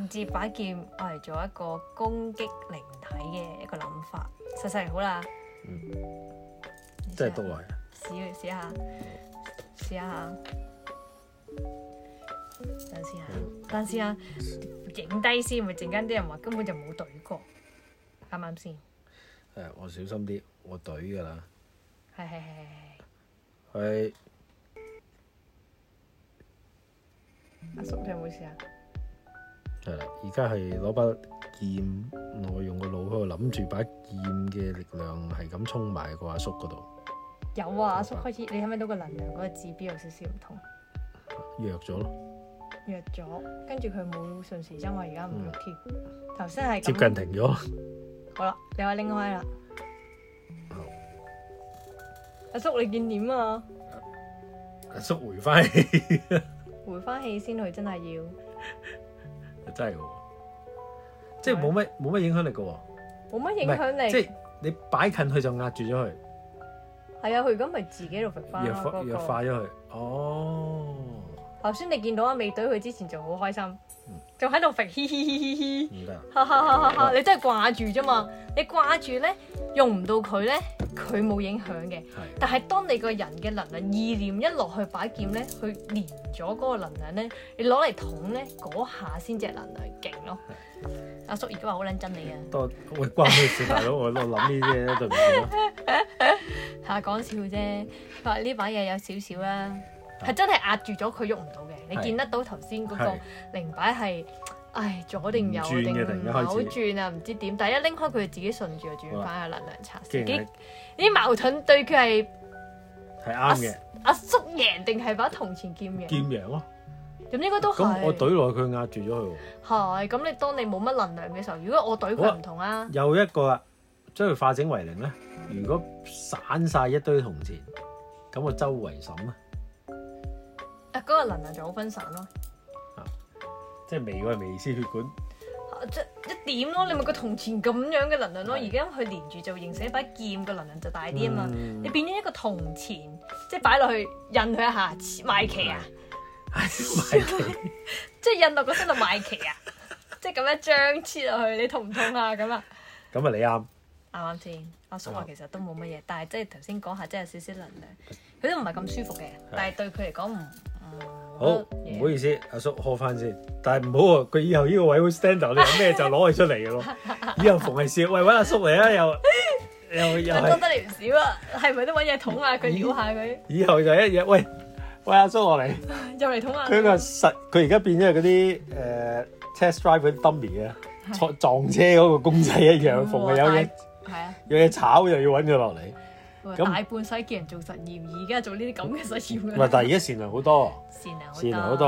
[SPEAKER 2] 接把劍，我嚟做一個攻擊靈體嘅一個諗法，實實好啦。
[SPEAKER 1] 嗯
[SPEAKER 2] 你試下，
[SPEAKER 1] 真係啊到來，
[SPEAKER 2] 試試下，試下，等先啊，等先啊，影低先，咪陣間啲人話根本就冇對過，啱唔啱先？
[SPEAKER 1] 誒，我小心啲，我隊㗎啦，
[SPEAKER 2] 係係係係
[SPEAKER 1] 佢
[SPEAKER 2] 係，阿叔你有冇事啊？
[SPEAKER 1] 係啦，而家係攞把劍，我用個腦喺度諗住把劍嘅力量係咁衝埋個阿叔嗰度，
[SPEAKER 2] 有啊，阿叔開始，你睇唔睇到個能量嗰個指標有少少唔同，
[SPEAKER 1] 弱咗咯，
[SPEAKER 2] 弱咗，跟住佢冇順時針，我而家唔喐添。頭先係咁
[SPEAKER 1] 接近停咗，
[SPEAKER 2] 好啦，你話拎開啦。阿叔你見點啊？
[SPEAKER 1] 阿叔回翻嚟，
[SPEAKER 2] 回翻氣先，佢真係要
[SPEAKER 1] 真係喎，即係冇乜冇乜影響力㗎喎。
[SPEAKER 2] 冇乜影響力。
[SPEAKER 1] 即係你擺近佢就壓住咗佢，
[SPEAKER 2] 係啊，佢而家咪自己喺度揈翻
[SPEAKER 1] 弱
[SPEAKER 2] 咯。
[SPEAKER 1] 化
[SPEAKER 2] 嗰
[SPEAKER 1] 弱
[SPEAKER 2] 個
[SPEAKER 1] 化咗佢。哦，
[SPEAKER 2] 頭先你見到阿美隊，佢之前仲好開心
[SPEAKER 1] 嗯，
[SPEAKER 2] 仲喺度揈，嘻嘻嘻嘻嘻，
[SPEAKER 1] 唔得啊，
[SPEAKER 2] 哈哈哈哈哈！
[SPEAKER 1] 哦
[SPEAKER 2] 你真係掛住啫嘛，你掛住咧用唔到佢咧，佢冇影響嘅。
[SPEAKER 1] 係
[SPEAKER 2] 但係當你個人嘅能量意念一落去擺劍咧，佢連咗嗰個能量咧，你攞嚟捅咧，嗰下先至係能量勁咯。阿叔而家話好撚憎你啊！
[SPEAKER 1] 多喂關咩事大佬？我我諗呢啲嘢對唔啊住
[SPEAKER 2] [LAUGHS]
[SPEAKER 1] 咯。
[SPEAKER 2] 係講笑啫，佢話呢把嘢有少少啦，係真係壓住咗佢喐唔到嘅。你
[SPEAKER 1] 係
[SPEAKER 2] 見得到頭先嗰
[SPEAKER 1] 係
[SPEAKER 2] 個靈擺係，唉左定右
[SPEAKER 1] 唔轉嘅
[SPEAKER 2] 定
[SPEAKER 1] 突然間
[SPEAKER 2] 唔
[SPEAKER 1] 開始
[SPEAKER 2] 好轉啊，唔知點。但係一拎開佢自己順住就轉
[SPEAKER 1] 好
[SPEAKER 2] 翻
[SPEAKER 1] 啦
[SPEAKER 2] 去能量測
[SPEAKER 1] 既然
[SPEAKER 2] 試。
[SPEAKER 1] 係
[SPEAKER 2] 啲啲矛盾對佢係
[SPEAKER 1] 係啱嘅，
[SPEAKER 2] 阿叔贏定係把銅錢劍贏？
[SPEAKER 1] 劍贏咯。
[SPEAKER 2] 咁應該都
[SPEAKER 1] 咁我懟
[SPEAKER 2] 係。
[SPEAKER 1] 落去佢壓住咗佢喎。
[SPEAKER 2] 係咁，你當你冇乜能量嘅時候，如果我懟佢唔同啊，
[SPEAKER 1] 又一個啦，將佢化整為零咧。如果散晒一堆銅錢，咁我周圍審啊，
[SPEAKER 2] 啊嗰個能量就好分散咯。
[SPEAKER 1] 即係微過微絲血管。
[SPEAKER 2] 即一點咯，你咪個銅錢咁樣嘅能量咯，
[SPEAKER 1] 係
[SPEAKER 2] 而家佢連住就形成一把劍個能量就大啲啊嘛，
[SPEAKER 1] 嗯
[SPEAKER 2] 你變咗一個銅錢，即係擺落去印佢一下切賣旗啊，
[SPEAKER 1] 係 [LAUGHS] 咪
[SPEAKER 2] [LAUGHS] 即係印落個身度賣旗啊，即係咁一張切落去，你痛唔痛啊咁啊？
[SPEAKER 1] 咁啊，你啱。
[SPEAKER 2] 啱唔啱先？阿叔話
[SPEAKER 1] 啱
[SPEAKER 2] 其實都冇乜嘢，但係即係頭先講下，即係有少少能量，佢都唔係咁舒服嘅，但係對佢嚟講唔
[SPEAKER 1] 好，
[SPEAKER 2] 唔
[SPEAKER 1] 唔好意思，阿叔喝翻先，但係唔好喎，佢以後呢個位會 stand out，你有咩就攞佢出嚟嘅咯。以後逢係笑，喂揾阿叔嚟啊，又又又
[SPEAKER 2] 佢
[SPEAKER 1] 係
[SPEAKER 2] [LAUGHS] 多。得你唔少啊，係咪都揾嘢捅下佢，撩
[SPEAKER 1] [LAUGHS]
[SPEAKER 2] 下佢，
[SPEAKER 1] 以後就一日喂喂阿叔我嚟，
[SPEAKER 2] 入嚟捅下
[SPEAKER 1] 佢個實佢而家變咗係嗰啲誒 test drive 嗰啲 dummy 啊，撞撞車嗰個公仔一
[SPEAKER 2] 嗯
[SPEAKER 1] 樣，逢係有嘢
[SPEAKER 2] 係啊，
[SPEAKER 1] 有嘢炒又要揾佢落嚟。
[SPEAKER 2] 哇
[SPEAKER 1] 咁
[SPEAKER 2] 大半世紀人做實驗，而家做呢啲咁嘅實驗
[SPEAKER 1] 唔係，但係
[SPEAKER 2] 啦，
[SPEAKER 1] 而家善良好多，
[SPEAKER 2] 善良好
[SPEAKER 1] 善
[SPEAKER 2] 多，
[SPEAKER 1] 良好多。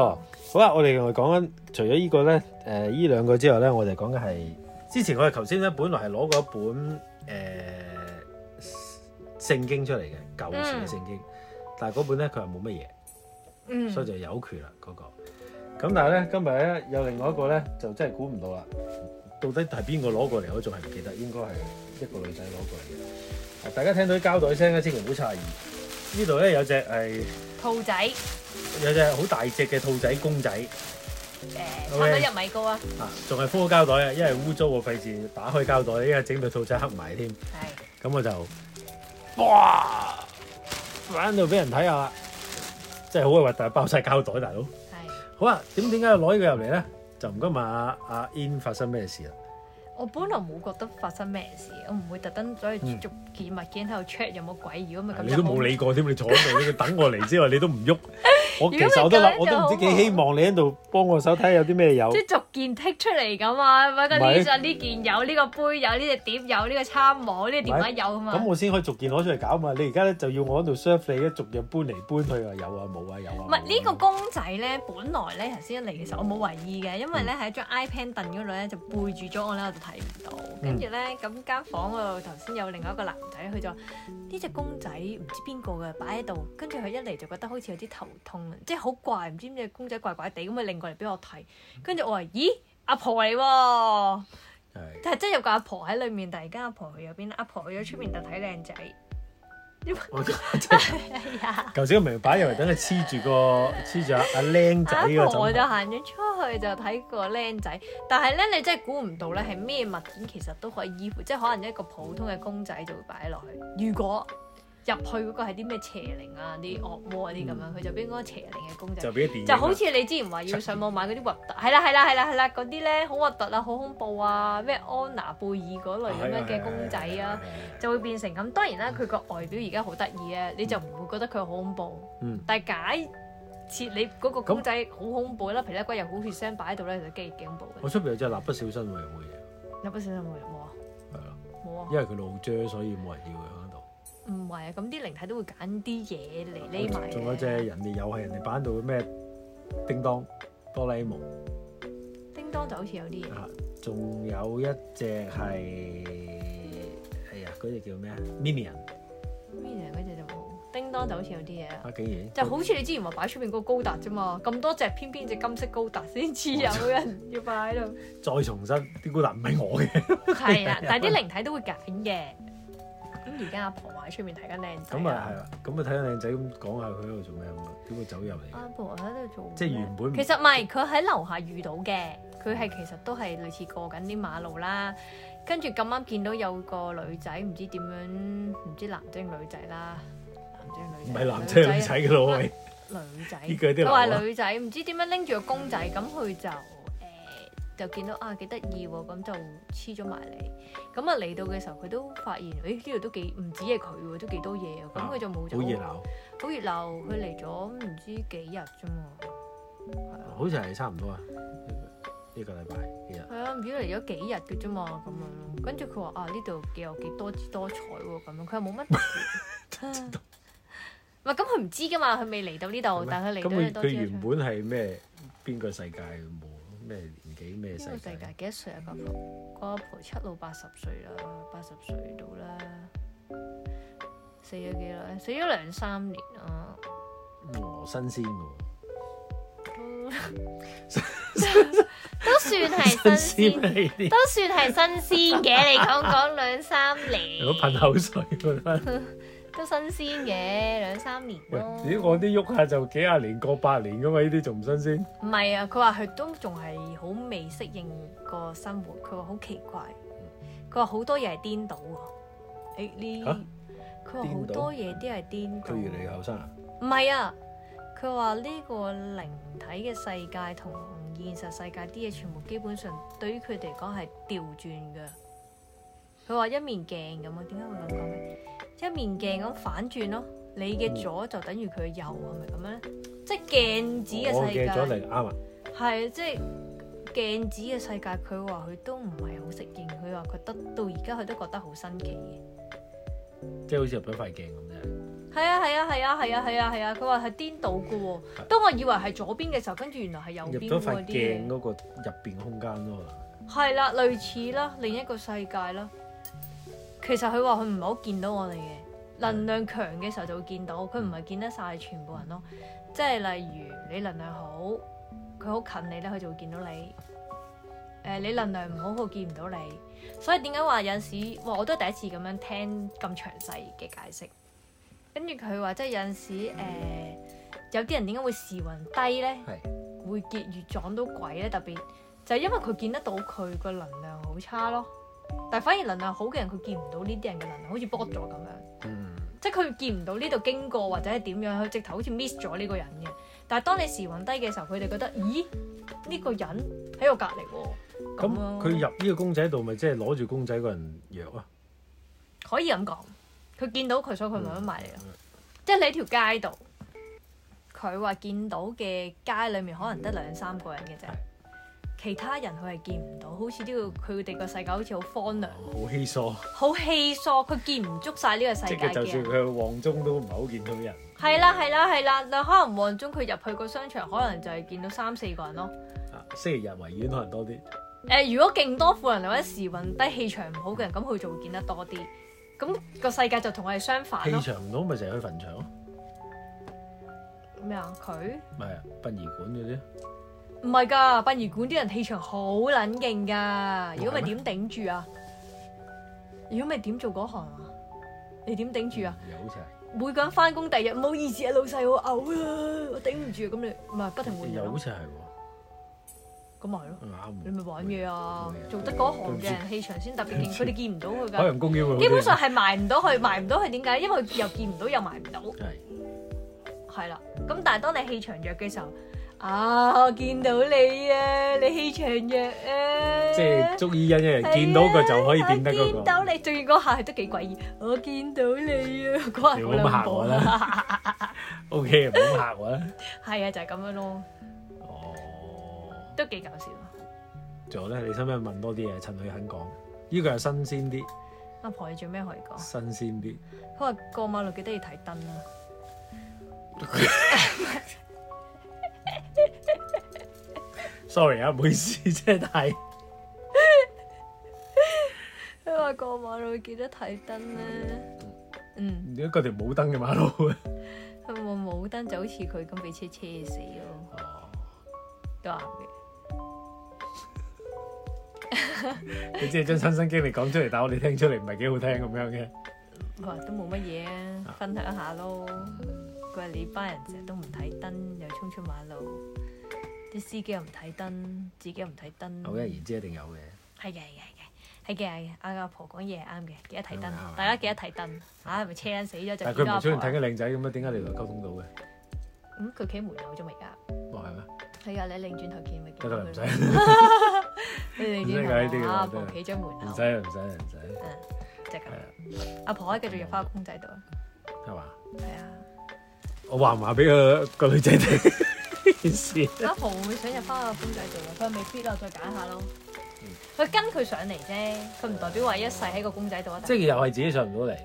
[SPEAKER 1] 好啦，我哋又講緊除咗呢個咧，誒依兩個之外咧，我哋講嘅係之前我哋頭先咧，本來係攞過一本誒、聖經出嚟嘅舊時嘅聖經，但係嗰本咧佢係冇乜嘢。
[SPEAKER 2] 嗯
[SPEAKER 1] 所以就有權啦嗰、個。咁但係咧，今日咧有另外一個咧，就真係估唔到啦。到底係邊個攞過嚟？我仲係唔記得，應該係一個女仔攞過嚟嘅。啊大家聽到啲膠袋聲咧，啊千祈唔好詫異。呢度咧有隻係
[SPEAKER 2] 兔仔誒，
[SPEAKER 1] 有隻好大隻嘅兔仔公仔
[SPEAKER 2] 差唔多一米高啊，
[SPEAKER 1] 啊，仲係封咗膠袋啊，因為污糟我費事打開膠袋，因為整到兔仔黑埋添。
[SPEAKER 2] 係
[SPEAKER 1] 咁我就哇玩到俾人睇下啦，真係好鬼核突，包晒膠袋大佬。
[SPEAKER 2] [LAUGHS] 係。
[SPEAKER 1] 好啊，點點解要攞呢個入嚟咧？就唔該問阿阿 In 發生咩事啦。
[SPEAKER 2] 我本來冇覺得發生咩事，我唔會特登走去逐件物件喺度 check 有冇鬼，如果咪咁
[SPEAKER 1] 嗯你
[SPEAKER 2] 就
[SPEAKER 1] 都
[SPEAKER 2] 好
[SPEAKER 1] 冇理過添，你坐喺度，你等我嚟之外，你都唔喐。我其實我都諗，
[SPEAKER 2] [LAUGHS] 如
[SPEAKER 1] 我
[SPEAKER 2] 果
[SPEAKER 1] 都
[SPEAKER 2] 你咁樣就好
[SPEAKER 1] 唔知幾希望你喺度幫我手睇下有啲咩有
[SPEAKER 2] 即。係逐件剔出嚟咁嘛，揾個
[SPEAKER 1] 咪
[SPEAKER 2] 呢隻呢件有，呢個杯有，呢隻碟有，呢個餐冇，呢個電話有啊嘛
[SPEAKER 1] 咁。我先可以逐件攞出嚟搞嘛。你而家咧就要我喺度 serve 你，逐樣搬嚟搬去啊，有啊冇啊有啊。
[SPEAKER 2] 唔係呢個
[SPEAKER 1] 個
[SPEAKER 2] 公仔咧，本來咧頭先一嚟嘅時候我冇為意嘅，因為咧喺張 iPad 凳嗰度咧就背住咗我咧，我就睇唔到。跟住咧咁間房嗰度頭先有另外一個男仔，佢就話呢只公仔唔知邊個嘅擺喺度，跟住佢一嚟就覺得好似有啲頭痛，即係好怪，唔知點解公仔怪怪地咁，佢擰過嚟俾我睇，跟住我話咦阿婆嚟喎，但係真係有個阿婆喺裏面，但係而家阿婆去咗邊？阿婆去咗出面就睇靚仔，
[SPEAKER 1] 我
[SPEAKER 2] [LAUGHS]
[SPEAKER 1] 真係
[SPEAKER 2] 係啊。
[SPEAKER 1] 頭先個明擺，又係等佢黐住個黐住阿阿僆仔
[SPEAKER 2] 阿
[SPEAKER 1] 個枕頭
[SPEAKER 2] 婆就行咗出去就睇個僆仔，但係咧你真係估唔到咧係咩物件其實都可以依附，即係可能一個普通嘅公仔就會擺落去。如果入去嗰個係啲咩邪靈啊、啲惡魔啊啲咁樣，佢就變嗰個邪靈嘅公仔
[SPEAKER 1] 就，俾啲電影啦
[SPEAKER 2] 就好似你之前話要上網買嗰啲核突，係啦係啦係啦係啦嗰啲咧好核突啊、好恐怖啊、咩安娜貝爾嗰類
[SPEAKER 1] 啊
[SPEAKER 2] 咁樣嘅公仔啊，。就會變成咁。當然啦，佢個外表而家好得意啊，你就唔會覺得佢好恐怖。
[SPEAKER 1] 嗯
[SPEAKER 2] 但係假設你嗰個公仔好恐怖啦，皮拉骨又好血腥擺喺度咧，其實幾幾恐怖
[SPEAKER 1] 我
[SPEAKER 2] 嘅。
[SPEAKER 1] 出邊有隻蠟筆小新喎，有冇嘢？
[SPEAKER 2] 有冇小心冇有冇啊？
[SPEAKER 1] 係啊，
[SPEAKER 2] 冇啊
[SPEAKER 1] 因，為佢老啫，所以冇人要佢喺度。
[SPEAKER 2] 唔係啊，咁啲靈體都會揀啲嘢嚟匿埋嘅。啊
[SPEAKER 1] 仲有隻人哋又係人哋版到嘅咩叮當哆啦 A 夢
[SPEAKER 2] 叮當就好似有啲嘢，
[SPEAKER 1] 啊，仲有一隻係係啊，嗰隻叫咩啊？Minion
[SPEAKER 2] 咩嚟啊嗰只就冇。叮當就好似有啲嘢啊，
[SPEAKER 1] 啊，竟然
[SPEAKER 2] 就好似你之前話擺出面嗰個高達啫嘛，咁多隻偏偏隻金色高達先至有人要
[SPEAKER 1] [LAUGHS]
[SPEAKER 2] 擺喺度。
[SPEAKER 1] 再重申啲高達唔係我嘅，
[SPEAKER 2] 係啦，但係啲靈體都會揀嘅。咁而家阿婆話喺出面睇緊靚仔
[SPEAKER 1] 咁啊係啦，咁啊睇到靚仔咁講下佢喺度做咩咁啊？點會走入嚟？
[SPEAKER 2] 阿婆喺度做咩，啊
[SPEAKER 1] 即係原本唔
[SPEAKER 2] 其實唔係佢喺樓下遇到嘅，佢係其實都係類似過緊啲馬路啦，跟住咁啱見到有個女仔，唔知點樣，唔知男精女仔啦，男精女
[SPEAKER 1] 唔
[SPEAKER 2] 仔，
[SPEAKER 1] 係男仔女仔嘅咯，喂，
[SPEAKER 2] 女仔，
[SPEAKER 1] 呢句有啲
[SPEAKER 2] 佢
[SPEAKER 1] 流
[SPEAKER 2] 話
[SPEAKER 1] 啊
[SPEAKER 2] 女仔唔知點樣拎住個公仔，咁佢就誒、就見到啊幾得意喎，咁就黐咗埋嚟。咁啊嚟到嘅時候，佢都發現誒呢度都幾唔止係佢喎，都幾多嘢啊。咁佢就冇
[SPEAKER 1] 好熱
[SPEAKER 2] 咗，
[SPEAKER 1] 鬧，
[SPEAKER 2] 好熱鬧。佢嚟咗唔知幾日啫嘛，
[SPEAKER 1] 好似係差唔多啊，呢個呢個禮拜幾日？
[SPEAKER 2] 係啊，唔知嚟咗幾日嘅啫嘛，咁樣咯。跟住佢話啊呢度幾有幾多姿多彩喎，咁樣佢又冇乜
[SPEAKER 1] [LAUGHS]
[SPEAKER 2] 特別。唔係咁，佢唔知噶嘛，佢未嚟到呢度，但係佢
[SPEAKER 1] 咁
[SPEAKER 2] 嚟到
[SPEAKER 1] 佢
[SPEAKER 2] 呢度
[SPEAKER 1] 佢
[SPEAKER 2] 多姿多
[SPEAKER 1] 原
[SPEAKER 2] 彩。
[SPEAKER 1] 本係咩邊個世界冇咩年紀咩
[SPEAKER 2] 呢
[SPEAKER 1] 世
[SPEAKER 2] 個世
[SPEAKER 1] 界？
[SPEAKER 2] 界幾多歲啊？個阿婆，個阿婆七老八十歲啦，八十歲到啦，死咗幾耐？死咗兩三年啊！
[SPEAKER 1] [LAUGHS] 哦，新鮮嘅喎。
[SPEAKER 2] 都都算
[SPEAKER 1] [LAUGHS]
[SPEAKER 2] 係新
[SPEAKER 1] 鮮
[SPEAKER 2] 鮮，
[SPEAKER 1] 啲，
[SPEAKER 2] 都算係新鮮嘅。你講講兩三
[SPEAKER 1] [LAUGHS]
[SPEAKER 2] 年，
[SPEAKER 1] 如果噴口水覺得，
[SPEAKER 2] 都新鮮嘅兩三年
[SPEAKER 1] 喂，
[SPEAKER 2] 咯。
[SPEAKER 1] 咦我啲喐下就幾廿年過百年噶嘛，呢啲仲唔新鮮？
[SPEAKER 2] 唔係啊，佢話佢都仲係好未適應個生活，佢話好奇怪，佢話好多嘢係顛倒喎。誒
[SPEAKER 1] 嚇
[SPEAKER 2] 呢，佢話好
[SPEAKER 1] 顛倒
[SPEAKER 2] 多嘢啲係顛倒。
[SPEAKER 1] 佢越嚟越後生啊！
[SPEAKER 2] 唔係啊，佢話呢個靈體嘅世界同現實世界啲嘢全部基本上對於佢哋嚟講係調轉嘅。佢佢話一面鏡咁啊，點解會咁講咧？一面鏡咁反轉咯，你
[SPEAKER 1] 嗯
[SPEAKER 2] 嘅左就等於佢嘅右，係咪咁樣咧？即係鏡子
[SPEAKER 1] 我
[SPEAKER 2] 嘅世
[SPEAKER 1] 嘅咗
[SPEAKER 2] 界，
[SPEAKER 1] 哦嚟啱啊！
[SPEAKER 2] 係即係鏡子嘅世界。佢話佢都唔係好適應，佢話覺得到而家佢都覺得好新奇嘅。
[SPEAKER 1] 即係好似入咗塊鏡咁啫。
[SPEAKER 2] 係啊係啊係啊係啊係啊係啊！佢話係顛倒嘅喎。
[SPEAKER 1] 係
[SPEAKER 2] 當我以為係左邊嘅時候，跟住原來係右
[SPEAKER 1] 入
[SPEAKER 2] 邊
[SPEAKER 1] 咗
[SPEAKER 2] 嗰
[SPEAKER 1] 塊鏡
[SPEAKER 2] 啲嘢。
[SPEAKER 1] 嗰個入邊空間咯，
[SPEAKER 2] 係啦，類似啦，另一個世界啦。其實佢話佢唔係好見到我哋嘅，能量強嘅時候就會見到，佢唔係見得晒全部人咯。即係例如你能量好，佢好近你咧，佢就會見到你。誒、你能量唔好，佢見唔到你。所以點解話有陣時，哇！我都係第一次咁樣聽咁詳細嘅解釋。跟住佢話，即係有陣時誒、有啲人點解會時運低咧？
[SPEAKER 1] 係
[SPEAKER 2] 會結遇撞到鬼咧，特別就係因為佢見得到佢個能量好差咯。但係反而能量好嘅人，佢見唔到呢啲人嘅能量，好似剝咗咁樣，
[SPEAKER 1] 嗯，
[SPEAKER 2] 即係佢見唔到呢度經過或者係點樣，佢直頭好似 miss 咗呢個人嘅。但係當你時運低嘅時候，佢哋覺得咦呢、個人喺我隔離喎，
[SPEAKER 1] 咁
[SPEAKER 2] 咁咯
[SPEAKER 1] 佢入呢個公仔度，咪即係攞住公仔個人約啊？
[SPEAKER 2] 可以咁講，佢見到佢，所以佢咪咁埋嚟咯。即係你喺條街度，佢話見到嘅街裏面可能得兩三個人嘅啫，其他人佢係見唔到，好似呢個佢哋個世界好似好荒涼，
[SPEAKER 1] 好稀疏，
[SPEAKER 2] 好稀疏，佢見唔足晒呢個世
[SPEAKER 1] 即
[SPEAKER 2] 界
[SPEAKER 1] 係就
[SPEAKER 2] 嘅
[SPEAKER 1] 算
[SPEAKER 2] 人。
[SPEAKER 1] 佢去旺中都唔係好見到人。
[SPEAKER 2] 係啦係啦係啦，你可能望中佢入去個商場，可能就係見到三四個人咯。
[SPEAKER 1] 啊，星期日維園可能多啲。
[SPEAKER 2] 誒、如果勁多富人或者時運低、氣場唔好嘅人，咁佢就會見得多啲。咁、個世界就同我哋相反咯
[SPEAKER 1] 氣。場唔到咪成日去墳場咯，
[SPEAKER 2] 咩啊？佢？
[SPEAKER 1] 咪啊殯儀館嗰啲。
[SPEAKER 2] 唔係㗎，殯儀館啲人氣場好撚勁㗎，如果咪
[SPEAKER 1] 係咩
[SPEAKER 2] 點頂住啊？如果咪點做嗰行啊？你點頂住啊？
[SPEAKER 1] 又好似係。
[SPEAKER 2] 每個人翻工第二日，唔好意思啊，老細我嘔啊，我頂唔住啊，咁你咪不停換人
[SPEAKER 1] 又好
[SPEAKER 2] 咯，
[SPEAKER 1] 似係喎，
[SPEAKER 2] 咁咪係咯，
[SPEAKER 1] 啱喎。
[SPEAKER 2] 你咪玩嘢啊
[SPEAKER 1] 冇嘢！
[SPEAKER 2] 做得嗰行嘅
[SPEAKER 1] 對唔
[SPEAKER 2] 人氣場先特別勁，佢哋見唔到佢
[SPEAKER 1] 海
[SPEAKER 2] 㗎，
[SPEAKER 1] 洋公園會好啲
[SPEAKER 2] 基本上係埋唔到佢，埋唔到佢點解？因為佢又見唔到又埋唔到。
[SPEAKER 1] 係
[SPEAKER 2] 係啦，咁但係當你氣場弱嘅時候，啊，我見到你啊，你氣場弱啊，
[SPEAKER 1] 即係足以引一人見到佢就可以點得嗰
[SPEAKER 2] 見
[SPEAKER 1] 個。
[SPEAKER 2] 到你，仲要嗰下係都幾詭異，我見到你啊，嗰下
[SPEAKER 1] 你
[SPEAKER 2] 好
[SPEAKER 1] 唔好
[SPEAKER 2] 恐
[SPEAKER 1] 嚇
[SPEAKER 2] 怖
[SPEAKER 1] 我
[SPEAKER 2] 啊，
[SPEAKER 1] 啦。O K，唔好嚇我啦。
[SPEAKER 2] 係啊，就係咁樣咯，
[SPEAKER 1] 哦，
[SPEAKER 2] 都幾搞笑。
[SPEAKER 1] 仲有咧，你使唔使問多啲嘢？趁佢肯講，呢個又新鮮啲，
[SPEAKER 2] 阿婆你做咩可以講？
[SPEAKER 1] 新鮮啲。
[SPEAKER 2] 佢話過馬路記得要睇燈啊，
[SPEAKER 1] Sorry 啊，唔好 [LAUGHS] 意思，真係太
[SPEAKER 2] 佢話過馬路記得睇燈咧，嗯，
[SPEAKER 1] 如果嗰條冇燈嘅馬路啊。
[SPEAKER 2] 佢話冇燈就好似佢咁俾車車死咯，
[SPEAKER 1] 哦，
[SPEAKER 2] 都啱嘅。
[SPEAKER 1] 你只係將親身經歷講出嚟，但我哋聽出嚟唔係幾好聽咁樣嘅。
[SPEAKER 2] 佢話都冇乜嘢啊，分享下咯。佢話你班人成日都唔睇燈，又衝出馬路，啲司機又唔睇燈，自己又唔睇燈。
[SPEAKER 1] 好嘅，言之一定有嘅。
[SPEAKER 2] 係嘅，係嘅，係嘅，係嘅，係嘅。阿阿婆講嘢係啱嘅，記得睇
[SPEAKER 1] 啱啊
[SPEAKER 2] 燈，大家記得睇燈。唉，咪車人死咗就
[SPEAKER 1] 但係
[SPEAKER 2] 見
[SPEAKER 1] 佢
[SPEAKER 2] 到
[SPEAKER 1] 唔
[SPEAKER 2] 阿
[SPEAKER 1] 出
[SPEAKER 2] 婆
[SPEAKER 1] 現
[SPEAKER 2] 啊
[SPEAKER 1] 睇
[SPEAKER 2] 啦。
[SPEAKER 1] 緊靚仔咁樣，點解你同佢溝通到嘅？
[SPEAKER 2] 咁佢企喺門口啫嘛，而家。
[SPEAKER 1] 哦，係咩？
[SPEAKER 2] 係啊，你擰轉頭見咪見
[SPEAKER 1] 得
[SPEAKER 2] 到
[SPEAKER 1] 啦，唔
[SPEAKER 2] 佢
[SPEAKER 1] 使
[SPEAKER 2] 咯。，你擰
[SPEAKER 1] 唔使計呢啲
[SPEAKER 2] 轉頭
[SPEAKER 1] 嘅
[SPEAKER 2] 啊阿
[SPEAKER 1] 真係
[SPEAKER 2] 婆企咗門
[SPEAKER 1] 唔
[SPEAKER 2] 口，
[SPEAKER 1] 使，唔使，唔使，
[SPEAKER 2] 就係咁
[SPEAKER 1] 係啊。
[SPEAKER 2] 阿婆可以繼續入翻個公仔度啊。
[SPEAKER 1] 係嘛？
[SPEAKER 2] 係啊。
[SPEAKER 1] 我話唔話俾個個女仔聽呢件 [LAUGHS] 事？
[SPEAKER 2] 阿婆會唔會想入翻個公仔度啊？佢話未必啦，再揀下咯。佢跟佢上嚟啫，佢唔代表話一世喺個公仔度啊。
[SPEAKER 1] 即
[SPEAKER 2] 但
[SPEAKER 1] 係又係自己上唔到嚟，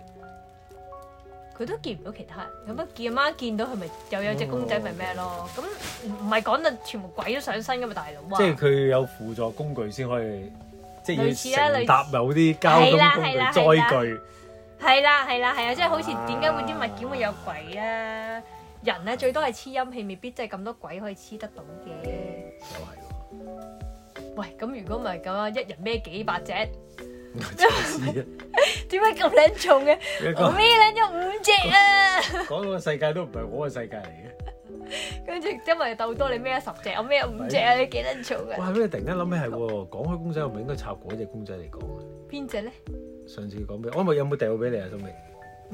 [SPEAKER 2] 佢都見唔到其他人，咁啊見阿媽見到佢咪又有隻公仔咪咩咯？咁唔係講到全部鬼都上身噶嘛，大佬啊！
[SPEAKER 1] 即係佢有輔助工具先可以，即
[SPEAKER 2] 類
[SPEAKER 1] 係
[SPEAKER 2] 似啊
[SPEAKER 1] 要乘搭某啲交通工
[SPEAKER 2] 係啦係啦
[SPEAKER 1] 具載具。
[SPEAKER 2] 係啦係啦係啊！即係好似點解會啲物件會有鬼啊？人咧最多係黐陰氣，未必真係咁多鬼可以黐得到嘅。
[SPEAKER 1] 又係喎
[SPEAKER 2] 喂，咁如果唔係咁啊，一人孭幾百隻， [LAUGHS]
[SPEAKER 1] 真係
[SPEAKER 2] 點解咁撚重嘅？
[SPEAKER 1] 知啊！一
[SPEAKER 2] [LAUGHS] 我
[SPEAKER 1] 個
[SPEAKER 2] 孭撚咗五隻啊！
[SPEAKER 1] 講到個世界都唔係我嘅世界嚟嘅。
[SPEAKER 2] 跟住因為鬥多，你孭咗十隻，我孭咗五隻啊！你幾撚嘈嘅？
[SPEAKER 1] 哇！俾你突然間諗起係喎，講開公仔，我咪應該插嗰隻公仔嚟講啊。
[SPEAKER 2] 邊只咧？
[SPEAKER 1] 上次講俾我，我有冇掉俾你啊，心明？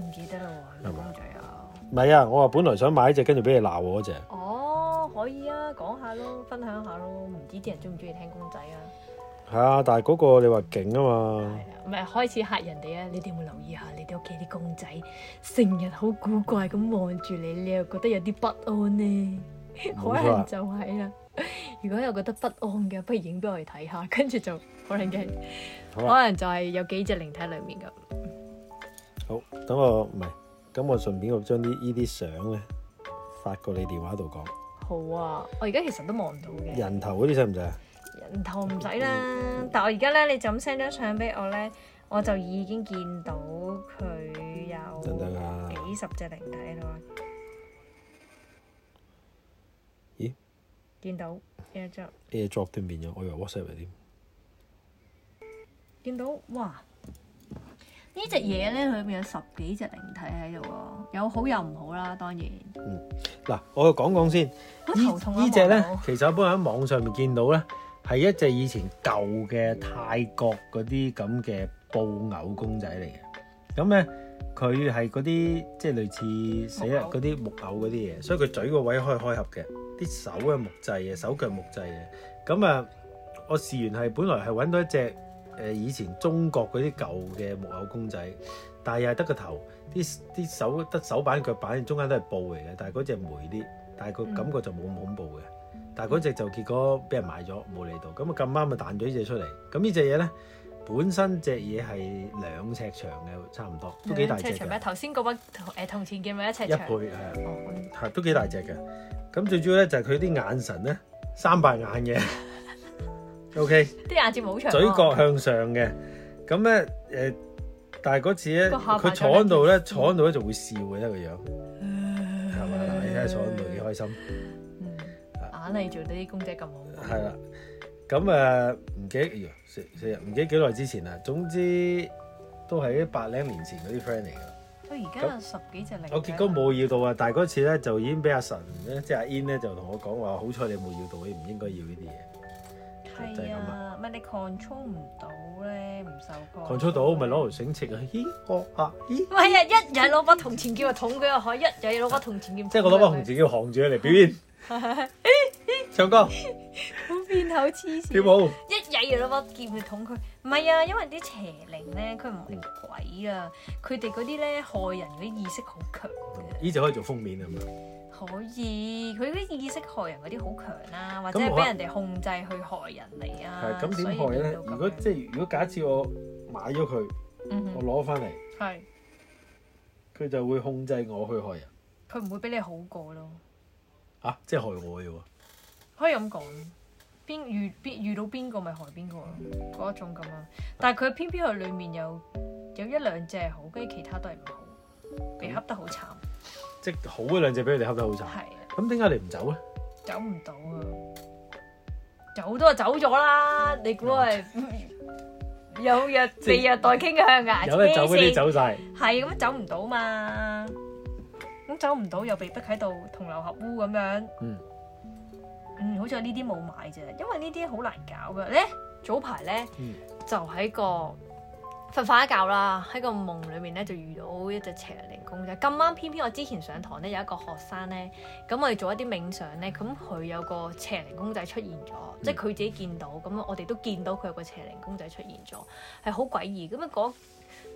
[SPEAKER 2] 唔記得啦喎，
[SPEAKER 1] 係嘛
[SPEAKER 2] 公仔啊！
[SPEAKER 1] 唔係啊，我話本來想買只，跟住俾你鬧我嗰只。
[SPEAKER 2] 哦，可以啊，講下咯，分享下咯，唔知啲人中唔中意聽公仔啊？
[SPEAKER 1] 係啊，但係嗰個你話勁啊嘛，
[SPEAKER 2] 係啦，唔係開始嚇人哋啊！你哋有冇留意下你哋屋企啲公仔，成日好古怪咁望住你，你又覺得有啲不安呢？可
[SPEAKER 1] 冇錯
[SPEAKER 2] 能
[SPEAKER 1] 啊
[SPEAKER 2] 就係啦。如果有覺得不安嘅，不如影俾我哋睇下，跟住就可能嘅，
[SPEAKER 1] 好啊，
[SPEAKER 2] 可能就係有幾隻靈體裡面咁。
[SPEAKER 1] 好，等我唔係，咁我順便我將啲呢啲相咧發過你電話度講，
[SPEAKER 2] 好啊，我而家其實都望唔到嘅。
[SPEAKER 1] 人頭嗰啲使唔使啊？
[SPEAKER 2] 人頭唔使啦，但我而家咧，你就咁 send 張相俾我咧，我就已經見到佢有
[SPEAKER 1] 得唔得啊
[SPEAKER 2] 幾十隻靈體喺度啦。
[SPEAKER 1] 咦？
[SPEAKER 2] 見到一隻，
[SPEAKER 1] AirDrop 斷變咗，我以為 WhatsApp 嚟添。
[SPEAKER 2] 見到哇！呢隻嘢咧，裏面有十幾隻靈體喺度喎，有好有唔好啦，當然。
[SPEAKER 1] 嗱，我講講先，
[SPEAKER 2] 好頭痛啊
[SPEAKER 1] 呢只
[SPEAKER 2] 望
[SPEAKER 1] 咧
[SPEAKER 2] 到，
[SPEAKER 1] 其實一般喺網上面見到咧，係一隻以前舊嘅泰國嗰啲咁嘅布偶公仔嚟嘅。咁咧，佢係嗰啲即係類似死啦
[SPEAKER 2] 木偶
[SPEAKER 1] 嗰啲木偶嗰啲嘢，所以佢嘴個位可以開合嘅，啲手係木製嘅，手腳木製嘅。咁啊，我試完係本來係揾到一隻誒、呃以前中國嗰啲舊嘅木偶公仔，但係又係得個頭，啲啲手得手板腳板，中間都係布嚟嘅，但係嗰只霉啲，但係個
[SPEAKER 2] 嗯
[SPEAKER 1] 感覺就冇咁恐怖嘅。但係嗰只就結果俾人買咗，冇理到。咁啊咁啱就彈咗呢只出嚟。咁呢只嘢咧，本身隻嘢係兩尺長嘅，差唔多都幾大隻
[SPEAKER 2] 嗯兩尺
[SPEAKER 1] 嘅，
[SPEAKER 2] 長咩？頭先嗰筆誒同前見咪一尺
[SPEAKER 1] 一
[SPEAKER 2] 長。
[SPEAKER 1] 倍係啊。
[SPEAKER 2] 哦咁
[SPEAKER 1] 係都幾大隻嘅。咁最主要咧就係佢啲眼神咧三白眼嘅，OK，
[SPEAKER 2] 啲眼睫毛好長喎。
[SPEAKER 1] 嘴角向上嘅。咁咧誒，但係嗰次咧
[SPEAKER 2] 個下巴
[SPEAKER 1] 佢坐喺度咧，坐喺度咧就會笑嘅咧個樣，
[SPEAKER 2] 음.
[SPEAKER 1] 係咪？嗱，你睇下坐喺度幾開心，
[SPEAKER 2] 嗯硬係做到啲公仔咁恐怖。
[SPEAKER 1] 係啦。咁誒唔記得，哎呀死死人唔記得幾耐之前啦。總之都係啲百零年前嗰啲 friend 嚟㗎。
[SPEAKER 2] 佢而家有十幾隻靈。
[SPEAKER 1] 我結果。冇要到啊，但係嗰次咧就已經俾阿神咧，即係阿 In 咧就同我講話，好彩你冇要到，你唔應該要呢啲嘢。就係
[SPEAKER 2] 係
[SPEAKER 1] 咁
[SPEAKER 2] 啊，唔係你 control 唔到咧，唔受過。
[SPEAKER 1] 狂操到咪攞條繩直啊！咦，我啊，咦，
[SPEAKER 2] 唔係啊，一嘢攞把銅錢劍就捅佢啊！可一嘢攞把銅錢劍。
[SPEAKER 1] 即係我攞把紅
[SPEAKER 2] 錢。
[SPEAKER 1] 自己行住嚟表
[SPEAKER 2] [LAUGHS]
[SPEAKER 1] 演，唱歌、
[SPEAKER 2] 好變口黐
[SPEAKER 1] 跳
[SPEAKER 2] 線。
[SPEAKER 1] 舞，
[SPEAKER 2] 一嘢就攞把劍去捅佢，唔係啊，因為啲邪靈咧，佢唔係鬼啊，佢哋嗰啲咧害人嗰啲意識好強嘅，
[SPEAKER 1] 呢就可以做封面啊嘛。
[SPEAKER 2] 可以佢啲意識害人嗰啲好強啦，或者
[SPEAKER 1] 咁
[SPEAKER 2] 係
[SPEAKER 1] 我
[SPEAKER 2] 俾人哋控制去害人嚟啊。
[SPEAKER 1] 係咁點害咧？如果即係如果假設我買咗佢，我
[SPEAKER 2] 嗯
[SPEAKER 1] 攞翻嚟，
[SPEAKER 2] 係。
[SPEAKER 1] 佢就會控制我去害人
[SPEAKER 2] 佢唔會俾你好過咯，
[SPEAKER 1] 啊，即係害我嘅喎。
[SPEAKER 2] 可以咁講。邊遇邊遇到邊個咪害邊個咯，嗰一種咁樣。但係佢偏偏佢裡面有有一兩隻係好，跟住其他都係唔好，被恰得好慘。
[SPEAKER 1] 即係好嗰兩隻俾佢哋恰得好慘。
[SPEAKER 2] 係啊，
[SPEAKER 1] 咁點解你唔走咧？
[SPEAKER 2] 走唔到啊！走都係走咗啦，你估係嗯有虐
[SPEAKER 1] 即係
[SPEAKER 2] 被虐待傾向㗎？
[SPEAKER 1] 有得走嗰
[SPEAKER 2] 黐
[SPEAKER 1] 啲
[SPEAKER 2] 線
[SPEAKER 1] 走晒，
[SPEAKER 2] 係咁走唔到嘛，咁走唔到又被逼喺度同流合污咁樣。
[SPEAKER 1] 嗯
[SPEAKER 2] 嗯，好在呢啲冇買啫，因為呢啲好難搞嘅咧。早排咧、
[SPEAKER 1] 嗯
[SPEAKER 2] 就喺個瞓瞓一覺啦，喺個夢裏面咧就遇到一隻邪靈公仔。咁啱偏偏我之前上堂咧有一個學生咧，咁我哋做一啲冥想咧，咁佢有個邪靈公仔出現咗，
[SPEAKER 1] 嗯
[SPEAKER 2] 即係佢自己見到，咁我哋都見到佢有個邪靈公仔出現咗，係好詭異。咁啊嗰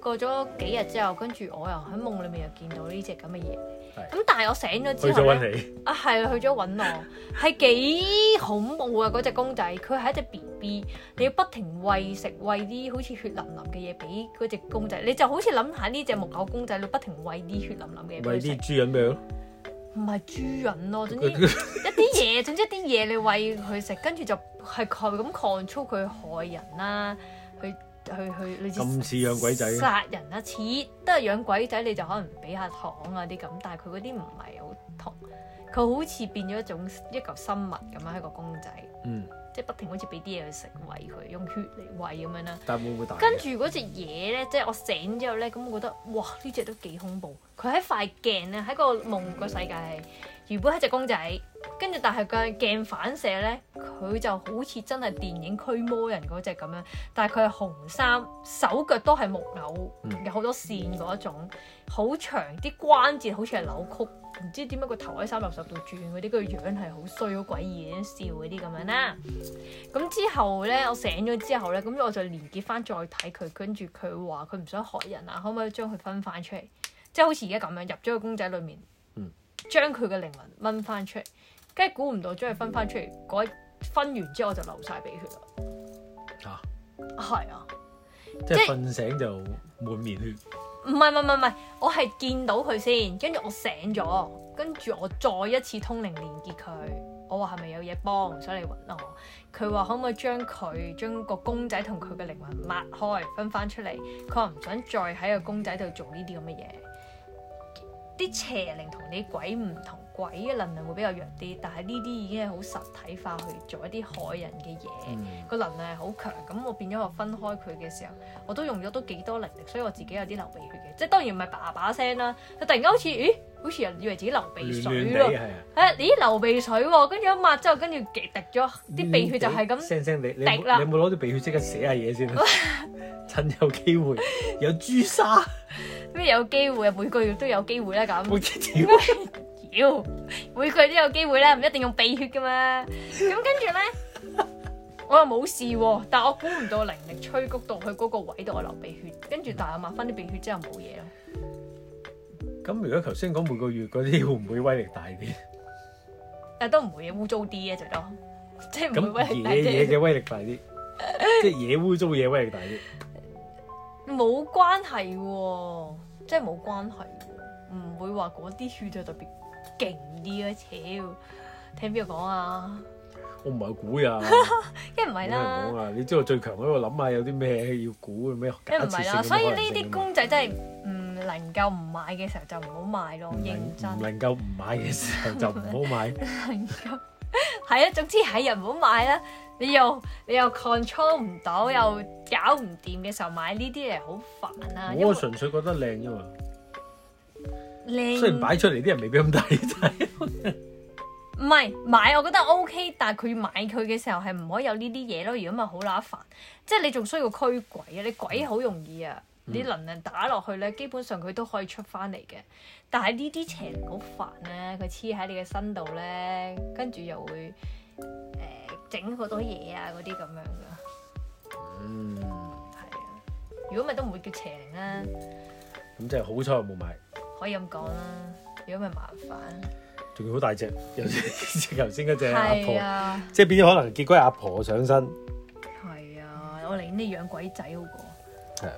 [SPEAKER 2] 過咗幾日之後，跟住我又喺夢裏面又見到呢只咁嘅嘢。
[SPEAKER 1] 係
[SPEAKER 2] 咁但係我醒咗
[SPEAKER 1] 去
[SPEAKER 2] 之
[SPEAKER 1] 咗
[SPEAKER 2] 後咧。
[SPEAKER 1] 揾你。
[SPEAKER 2] 啊，係啦，去咗揾我，係幾恐怖啊！嗰只公仔，佢係一隻 B B，你要不停喂食喂啲好似血淋淋嘅嘢俾嗰只公仔，你就好似諗下呢只木偶公仔，你不停喂啲血淋淋嘅嘢俾
[SPEAKER 1] 喂
[SPEAKER 2] 佢食
[SPEAKER 1] 啲，豬人俾佢咯，
[SPEAKER 2] 唔係豬潤
[SPEAKER 1] [LAUGHS]
[SPEAKER 2] 咯，總之一
[SPEAKER 1] 佢
[SPEAKER 2] 啲嘢，總之一啲嘢你喂佢食，跟住就係佢咁 control 佢害人啦，去去去類似
[SPEAKER 1] 咁似養鬼仔
[SPEAKER 2] 殺人啊，似都係養鬼仔，你就可能俾下糖啊啲咁，但係佢嗰啲唔係好糖，佢好似變咗一種一嚿生物咁樣，一個公仔，
[SPEAKER 1] 嗯，
[SPEAKER 2] 即係不停好似俾啲嘢佢食，喂佢，用血嚟喂咁樣啦。
[SPEAKER 1] 但會唔會大？
[SPEAKER 2] 跟住嗰隻嘢咧，即係我醒之後咧，咁我覺得哇，呢只都幾恐怖。佢喺塊鏡咧，喺個夢個世界係原本係只公仔，跟住但係佢鏡反射咧，佢就好似真係電影驅魔人嗰只咁樣，但係佢係紅衫，手腳都係木偶，
[SPEAKER 1] 嗯
[SPEAKER 2] 有好多線嗰一種，好長啲關節好似係扭曲，唔知點解個頭喺三六十度轉嗰啲，個樣係好衰好詭異，啲笑嗰啲咁樣啦。咁之後咧，我醒咗之後咧，咁我就連結翻再睇佢，跟住佢話佢唔想害人啊，可唔可以將佢分翻出嚟？即係好似而家咁樣入咗個公仔裡面
[SPEAKER 1] 嗯，
[SPEAKER 2] 將佢嘅靈魂掹翻出嚟，跟住估唔到將佢分翻出嚟，嗰分完之後我就流晒鼻血啦。
[SPEAKER 1] 嚇，
[SPEAKER 2] 係啊，
[SPEAKER 1] 即係瞓醒就滿面血，
[SPEAKER 2] 唔係唔係唔係唔係，我係見到佢先，跟住我醒咗，跟住我再一次通靈連結佢。我話係咪有嘢幫，所以你揾我。佢話可唔可以將佢將個公仔同佢嘅靈魂抹開，分翻出嚟。佢話唔想再喺個公仔度做呢啲咁嘅嘢。啲邪靈同你鬼唔同，鬼嘅能量會比較弱啲，但係呢啲已經係好實體化去做一啲害人嘅嘢。
[SPEAKER 1] 嗯
[SPEAKER 2] 個能量係好強，咁我變咗我分開佢嘅時候，我都用咗都幾多力力，所以我自己有啲流鼻血嘅，即係當然唔係叭叭聲啦，就突然間好似，咦，好似人以為自己流鼻
[SPEAKER 1] 亂
[SPEAKER 2] 水
[SPEAKER 1] 亂
[SPEAKER 2] 咯
[SPEAKER 1] 地，係啊，
[SPEAKER 2] 係啊咦流鼻水喎，跟住一抹之後，跟住滴滴咗啲
[SPEAKER 1] 嗯
[SPEAKER 2] 鼻血就係咁，
[SPEAKER 1] 聲聲地，你
[SPEAKER 2] 滴啦
[SPEAKER 1] 你有冇攞啲鼻血即刻寫下嘢先
[SPEAKER 2] [LAUGHS]
[SPEAKER 1] 啊？趁有機會有朱砂，
[SPEAKER 2] 咩有機會啊？每個月都有機會啦
[SPEAKER 1] [LAUGHS]
[SPEAKER 2] 咁。
[SPEAKER 1] 我屌
[SPEAKER 2] 妖，每個月都有機會啦，唔一定用鼻血噶嘛。咁跟住咧， [LAUGHS] 我又冇事喎，但我估唔到靈力吹谷到去嗰個位度，我流鼻血，跟住但係我抹翻啲鼻血之後冇嘢咯。
[SPEAKER 1] 咁如果頭先講每個月嗰啲會唔會威力大啲？
[SPEAKER 2] 但都唔會嘅污糟啲嘅最多，即係唔會
[SPEAKER 1] 咁
[SPEAKER 2] 威力大
[SPEAKER 1] 嘢嘢
[SPEAKER 2] 啫。
[SPEAKER 1] 嘅威力大
[SPEAKER 2] [LAUGHS]
[SPEAKER 1] 啲，即係嘢污糟嘢威力大啲。
[SPEAKER 2] 冇關係喎，即係冇關係喎，唔會話嗰啲血就特別勁啲啊！超聽邊個講啊？
[SPEAKER 1] 我唔係估呀，
[SPEAKER 2] 梗唔係
[SPEAKER 1] 係
[SPEAKER 2] 啦
[SPEAKER 1] 講。啊！你知道最強嗰個諗下有啲咩要估咩假
[SPEAKER 2] 梗
[SPEAKER 1] 設
[SPEAKER 2] 唔係
[SPEAKER 1] 性
[SPEAKER 2] 啦，
[SPEAKER 1] 嘅
[SPEAKER 2] 所以
[SPEAKER 1] 可
[SPEAKER 2] 呢
[SPEAKER 1] 能性
[SPEAKER 2] 啲
[SPEAKER 1] 㗎嘛
[SPEAKER 2] 公仔真係唔能夠唔買嘅時候就唔好買咯，
[SPEAKER 1] 唔能
[SPEAKER 2] 認真
[SPEAKER 1] 唔能夠唔買嘅時候就唔好買。
[SPEAKER 2] 能夠係啊，總之係人唔好買啦。你又你又 control 唔到，又搞唔掂嘅時候買呢啲嘢好煩 [LAUGHS] 啊！因為
[SPEAKER 1] 我純粹覺得靚啫嘛，雖然
[SPEAKER 2] 靚
[SPEAKER 1] 擺出嚟啲人未必咁睇，
[SPEAKER 2] 唔係買，我覺得 O、k 但係佢買佢嘅時候係唔可以有呢啲嘢咯，如果唔係好乸煩。即係你仲需要驅鬼啊，你鬼好容易啊，
[SPEAKER 1] 嗯
[SPEAKER 2] 你能量打落去咧，基本上佢都可以出翻嚟嘅。但係呢啲邪靈好煩咧，佢黐喺你嘅身度咧，跟住又會誒整好多嘢啊嗰啲咁樣噶，
[SPEAKER 1] 嗯，
[SPEAKER 2] 係啊。如果咪都唔會叫邪靈啦，
[SPEAKER 1] 咁真係好彩我冇買，
[SPEAKER 2] 可以咁講啦。如果咪麻煩，
[SPEAKER 1] 仲要好大隻， [LAUGHS] 有啲頭先嗰只阿
[SPEAKER 2] 係
[SPEAKER 1] 婆，
[SPEAKER 2] 啊，
[SPEAKER 1] 即係變咗可能結果係阿婆上身，
[SPEAKER 2] 係啊，我寧願你養鬼仔好過。
[SPEAKER 1] 係啊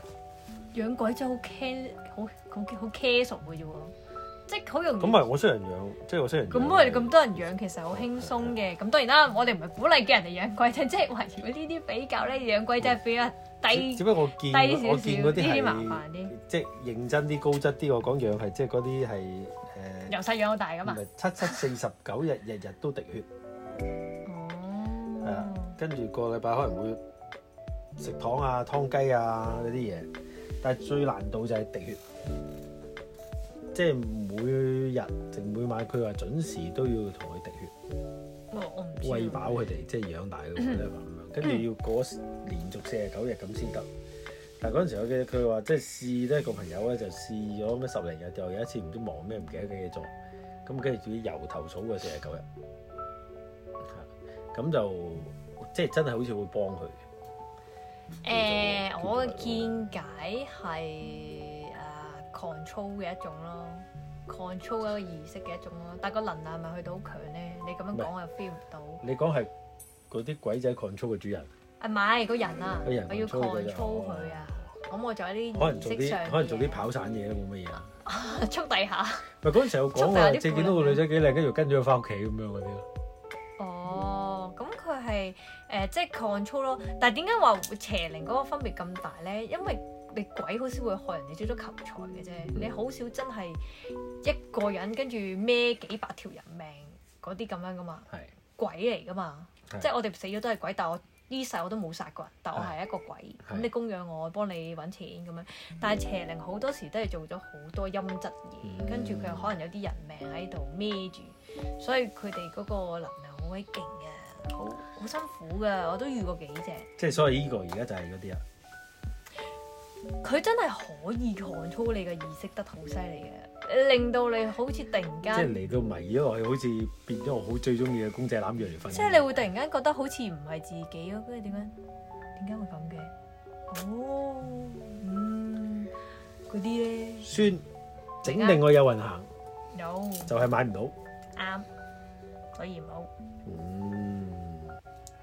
[SPEAKER 2] 養鬼真係好 care，好好好 casual 嘅啫喎，即係好容易。
[SPEAKER 1] 咁咪我雖然養，即係啊我雖然
[SPEAKER 2] 嗯咁我哋咁多人養其實好輕鬆嘅，咁當然啦，我哋唔係鼓勵叫人哋養鬼仔，即 [LAUGHS] 係話如果呢啲比較咧，養鬼仔比較
[SPEAKER 1] 嗯只
[SPEAKER 2] 低
[SPEAKER 1] 只不過我見
[SPEAKER 2] 低少
[SPEAKER 1] 我
[SPEAKER 2] 少，
[SPEAKER 1] 見嗰
[SPEAKER 2] 呢
[SPEAKER 1] 啲
[SPEAKER 2] 啲麻
[SPEAKER 1] 係
[SPEAKER 2] 煩啲，
[SPEAKER 1] 即係認真啲高質啲，我講養係即係嗰啲係誒。
[SPEAKER 2] 由細養到啊大噶嘛。
[SPEAKER 1] 唔係七七四十九日，日日都滴血，係啊
[SPEAKER 2] 哦，，
[SPEAKER 1] 跟住個禮拜可能會食糖啊、湯雞啊嗰啲嘢，但係最難度就係滴血，即係每日定每晚佢話準時都要同佢滴血，
[SPEAKER 2] 哦我我唔知啊
[SPEAKER 1] 餵
[SPEAKER 2] 喎。
[SPEAKER 1] 飽佢哋，即係養大佢
[SPEAKER 2] 嗯
[SPEAKER 1] 哋咁樣，跟住要過連續四十九日咁先得。但係嗰陣時我記得佢話即係試咧個朋友咧啊就試咗咩十零日，就有一次唔知忙咩唔記得嘅嘢做，咁跟住自己由頭數過四十九日，係咁就即係真係好似會幫佢嘅。
[SPEAKER 2] 誒，我嘅見解係啊 control 嘅一種咯，control 一個儀式嘅一種咯，但係個能量係咪去到好強咧？你咁樣講我又 feel 唔到。
[SPEAKER 1] 你講係嗰啲鬼仔 control 嘅主人，
[SPEAKER 2] 啊唔係個人啊，
[SPEAKER 1] 個人
[SPEAKER 2] 我要
[SPEAKER 1] control 嘅
[SPEAKER 2] control 佢啊。咁我就喺啲啊
[SPEAKER 1] 可能做
[SPEAKER 2] 儀式上
[SPEAKER 1] 啲
[SPEAKER 2] 嘅
[SPEAKER 1] 可能做啲
[SPEAKER 2] [LAUGHS]
[SPEAKER 1] 跑散嘢都冇乜嘢啊。
[SPEAKER 2] 嘢速遞下。
[SPEAKER 1] 咪嗰陣時有講
[SPEAKER 2] 出面有
[SPEAKER 1] 話，
[SPEAKER 2] 啲啊
[SPEAKER 1] 即係見到個女仔幾靚，跟住跟咗佢翻屋企咁樣嗰啲咯。
[SPEAKER 2] 哦，咁佢係誒即係 control 咯。但係點解話邪靈嗰個分別咁大咧？因為你鬼好少會害人，你最多求財嘅啫。你好少真係一個人跟住孭幾百條人命嗰啲咁樣噶嘛，
[SPEAKER 1] 係
[SPEAKER 2] 鬼嚟噶嘛。
[SPEAKER 1] 係
[SPEAKER 2] 即係我哋死咗都係鬼，但係我呢世我都冇殺過人，但我係一個鬼，
[SPEAKER 1] 係嗯
[SPEAKER 2] 咁你供養我，幫你揾錢咁樣。但係邪靈好多時都係做咗好多陰質嘢，
[SPEAKER 1] 嗯
[SPEAKER 2] 跟住佢可能有啲人命喺度孭住，所以佢哋嗰個能量好鬼勁嘅，好
[SPEAKER 1] 嗯
[SPEAKER 2] 好辛苦嘅，我都遇過幾隻。
[SPEAKER 1] 即係所以呢個而家就係嗰啲啊，
[SPEAKER 2] 佢真係可以 control 你嘅意識得好犀利嘅，令到你好似突然
[SPEAKER 1] 即係
[SPEAKER 2] 間，
[SPEAKER 1] 嚟到迷咗落去，好似變咗我好最中意嘅公仔攬住嚟瞓。
[SPEAKER 2] 即係你會突然間覺得好似唔係自己咯，跟住點樣？點解會咁嘅？哦，嗯，嗰啲咧
[SPEAKER 1] 酸整令我有運行，
[SPEAKER 2] 有
[SPEAKER 1] 就係買唔到。
[SPEAKER 2] 啱，所以唔好。
[SPEAKER 1] 嗯，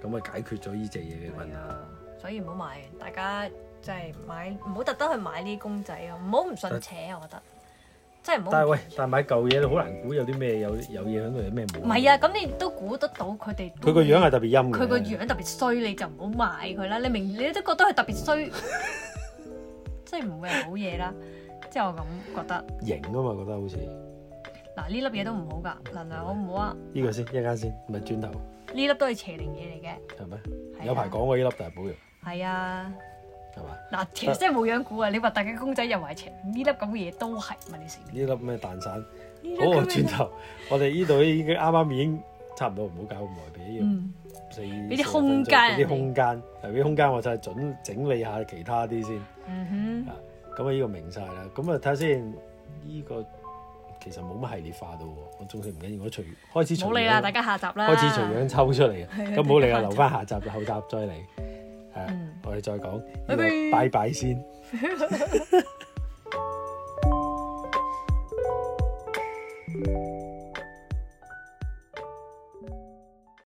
[SPEAKER 1] 咁啊解決咗呢只嘢嘅問
[SPEAKER 2] 係
[SPEAKER 1] 題。
[SPEAKER 2] 啊，所以唔好買，大家即係買唔好特登去買呢啲公仔啊，唔好唔信邪啊，我覺得真係唔好。
[SPEAKER 1] 但係喂，但係買舊嘢你好難估有啲咩有有嘢喺度，有咩冇。
[SPEAKER 2] 唔係啊，，咁你都估得到佢哋。
[SPEAKER 1] 佢個樣係特別陰嘅。
[SPEAKER 2] 佢個樣特別衰，你就唔好買佢啦。你明，你都覺得佢特
[SPEAKER 1] [LAUGHS]
[SPEAKER 2] 別衰，即係唔會係好嘢啦。即係我咁覺得。
[SPEAKER 1] 型啊嘛，覺得好似
[SPEAKER 2] 嗱，呢粒嘢都唔好
[SPEAKER 1] 嗯
[SPEAKER 2] 㗎，能量好唔好啊？
[SPEAKER 1] 呢個先，一間先，唔係轉頭
[SPEAKER 2] 呢粒都係邪靈嘢嚟嘅
[SPEAKER 1] 係咪？
[SPEAKER 2] 係啊。
[SPEAKER 1] 有排講過呢粒大寶藥
[SPEAKER 2] 係啊，
[SPEAKER 1] 係嘛？
[SPEAKER 2] 嗱，其實真係冇樣估啊！你核突嘅公仔又係邪，呢粒咁嘅嘢都係，問你死咩？
[SPEAKER 1] 呢粒咩蛋散？
[SPEAKER 2] 呢粒
[SPEAKER 1] 好，我啊
[SPEAKER 2] 咁嘅
[SPEAKER 1] 轉頭，我哋呢度已經啱啱已經差唔多，唔好搞咁耐，俾呢
[SPEAKER 2] 嗯，
[SPEAKER 1] 個四
[SPEAKER 2] 俾啲空間
[SPEAKER 1] 俾啲空間，係俾啲空間，我就係準整理下其他啲先。
[SPEAKER 2] 嗯
[SPEAKER 1] 咁啊，呢個明晒啦。咁啊，睇下先，呢個其實冇乜系列化到喎。我仲係唔緊要，我隨開始隨
[SPEAKER 2] 哼，冇理啦，
[SPEAKER 1] 樣
[SPEAKER 2] 大家下集啦。
[SPEAKER 1] 開始隨樣抽出嚟
[SPEAKER 2] 係啊
[SPEAKER 1] 嘅。咁冇理
[SPEAKER 2] 大家
[SPEAKER 1] 啦，
[SPEAKER 2] 下集
[SPEAKER 1] 留翻下集啦，後集再嚟。係啊
[SPEAKER 2] 嗯，
[SPEAKER 1] 我哋再講。呢
[SPEAKER 2] 拜拜
[SPEAKER 1] 個拜拜先。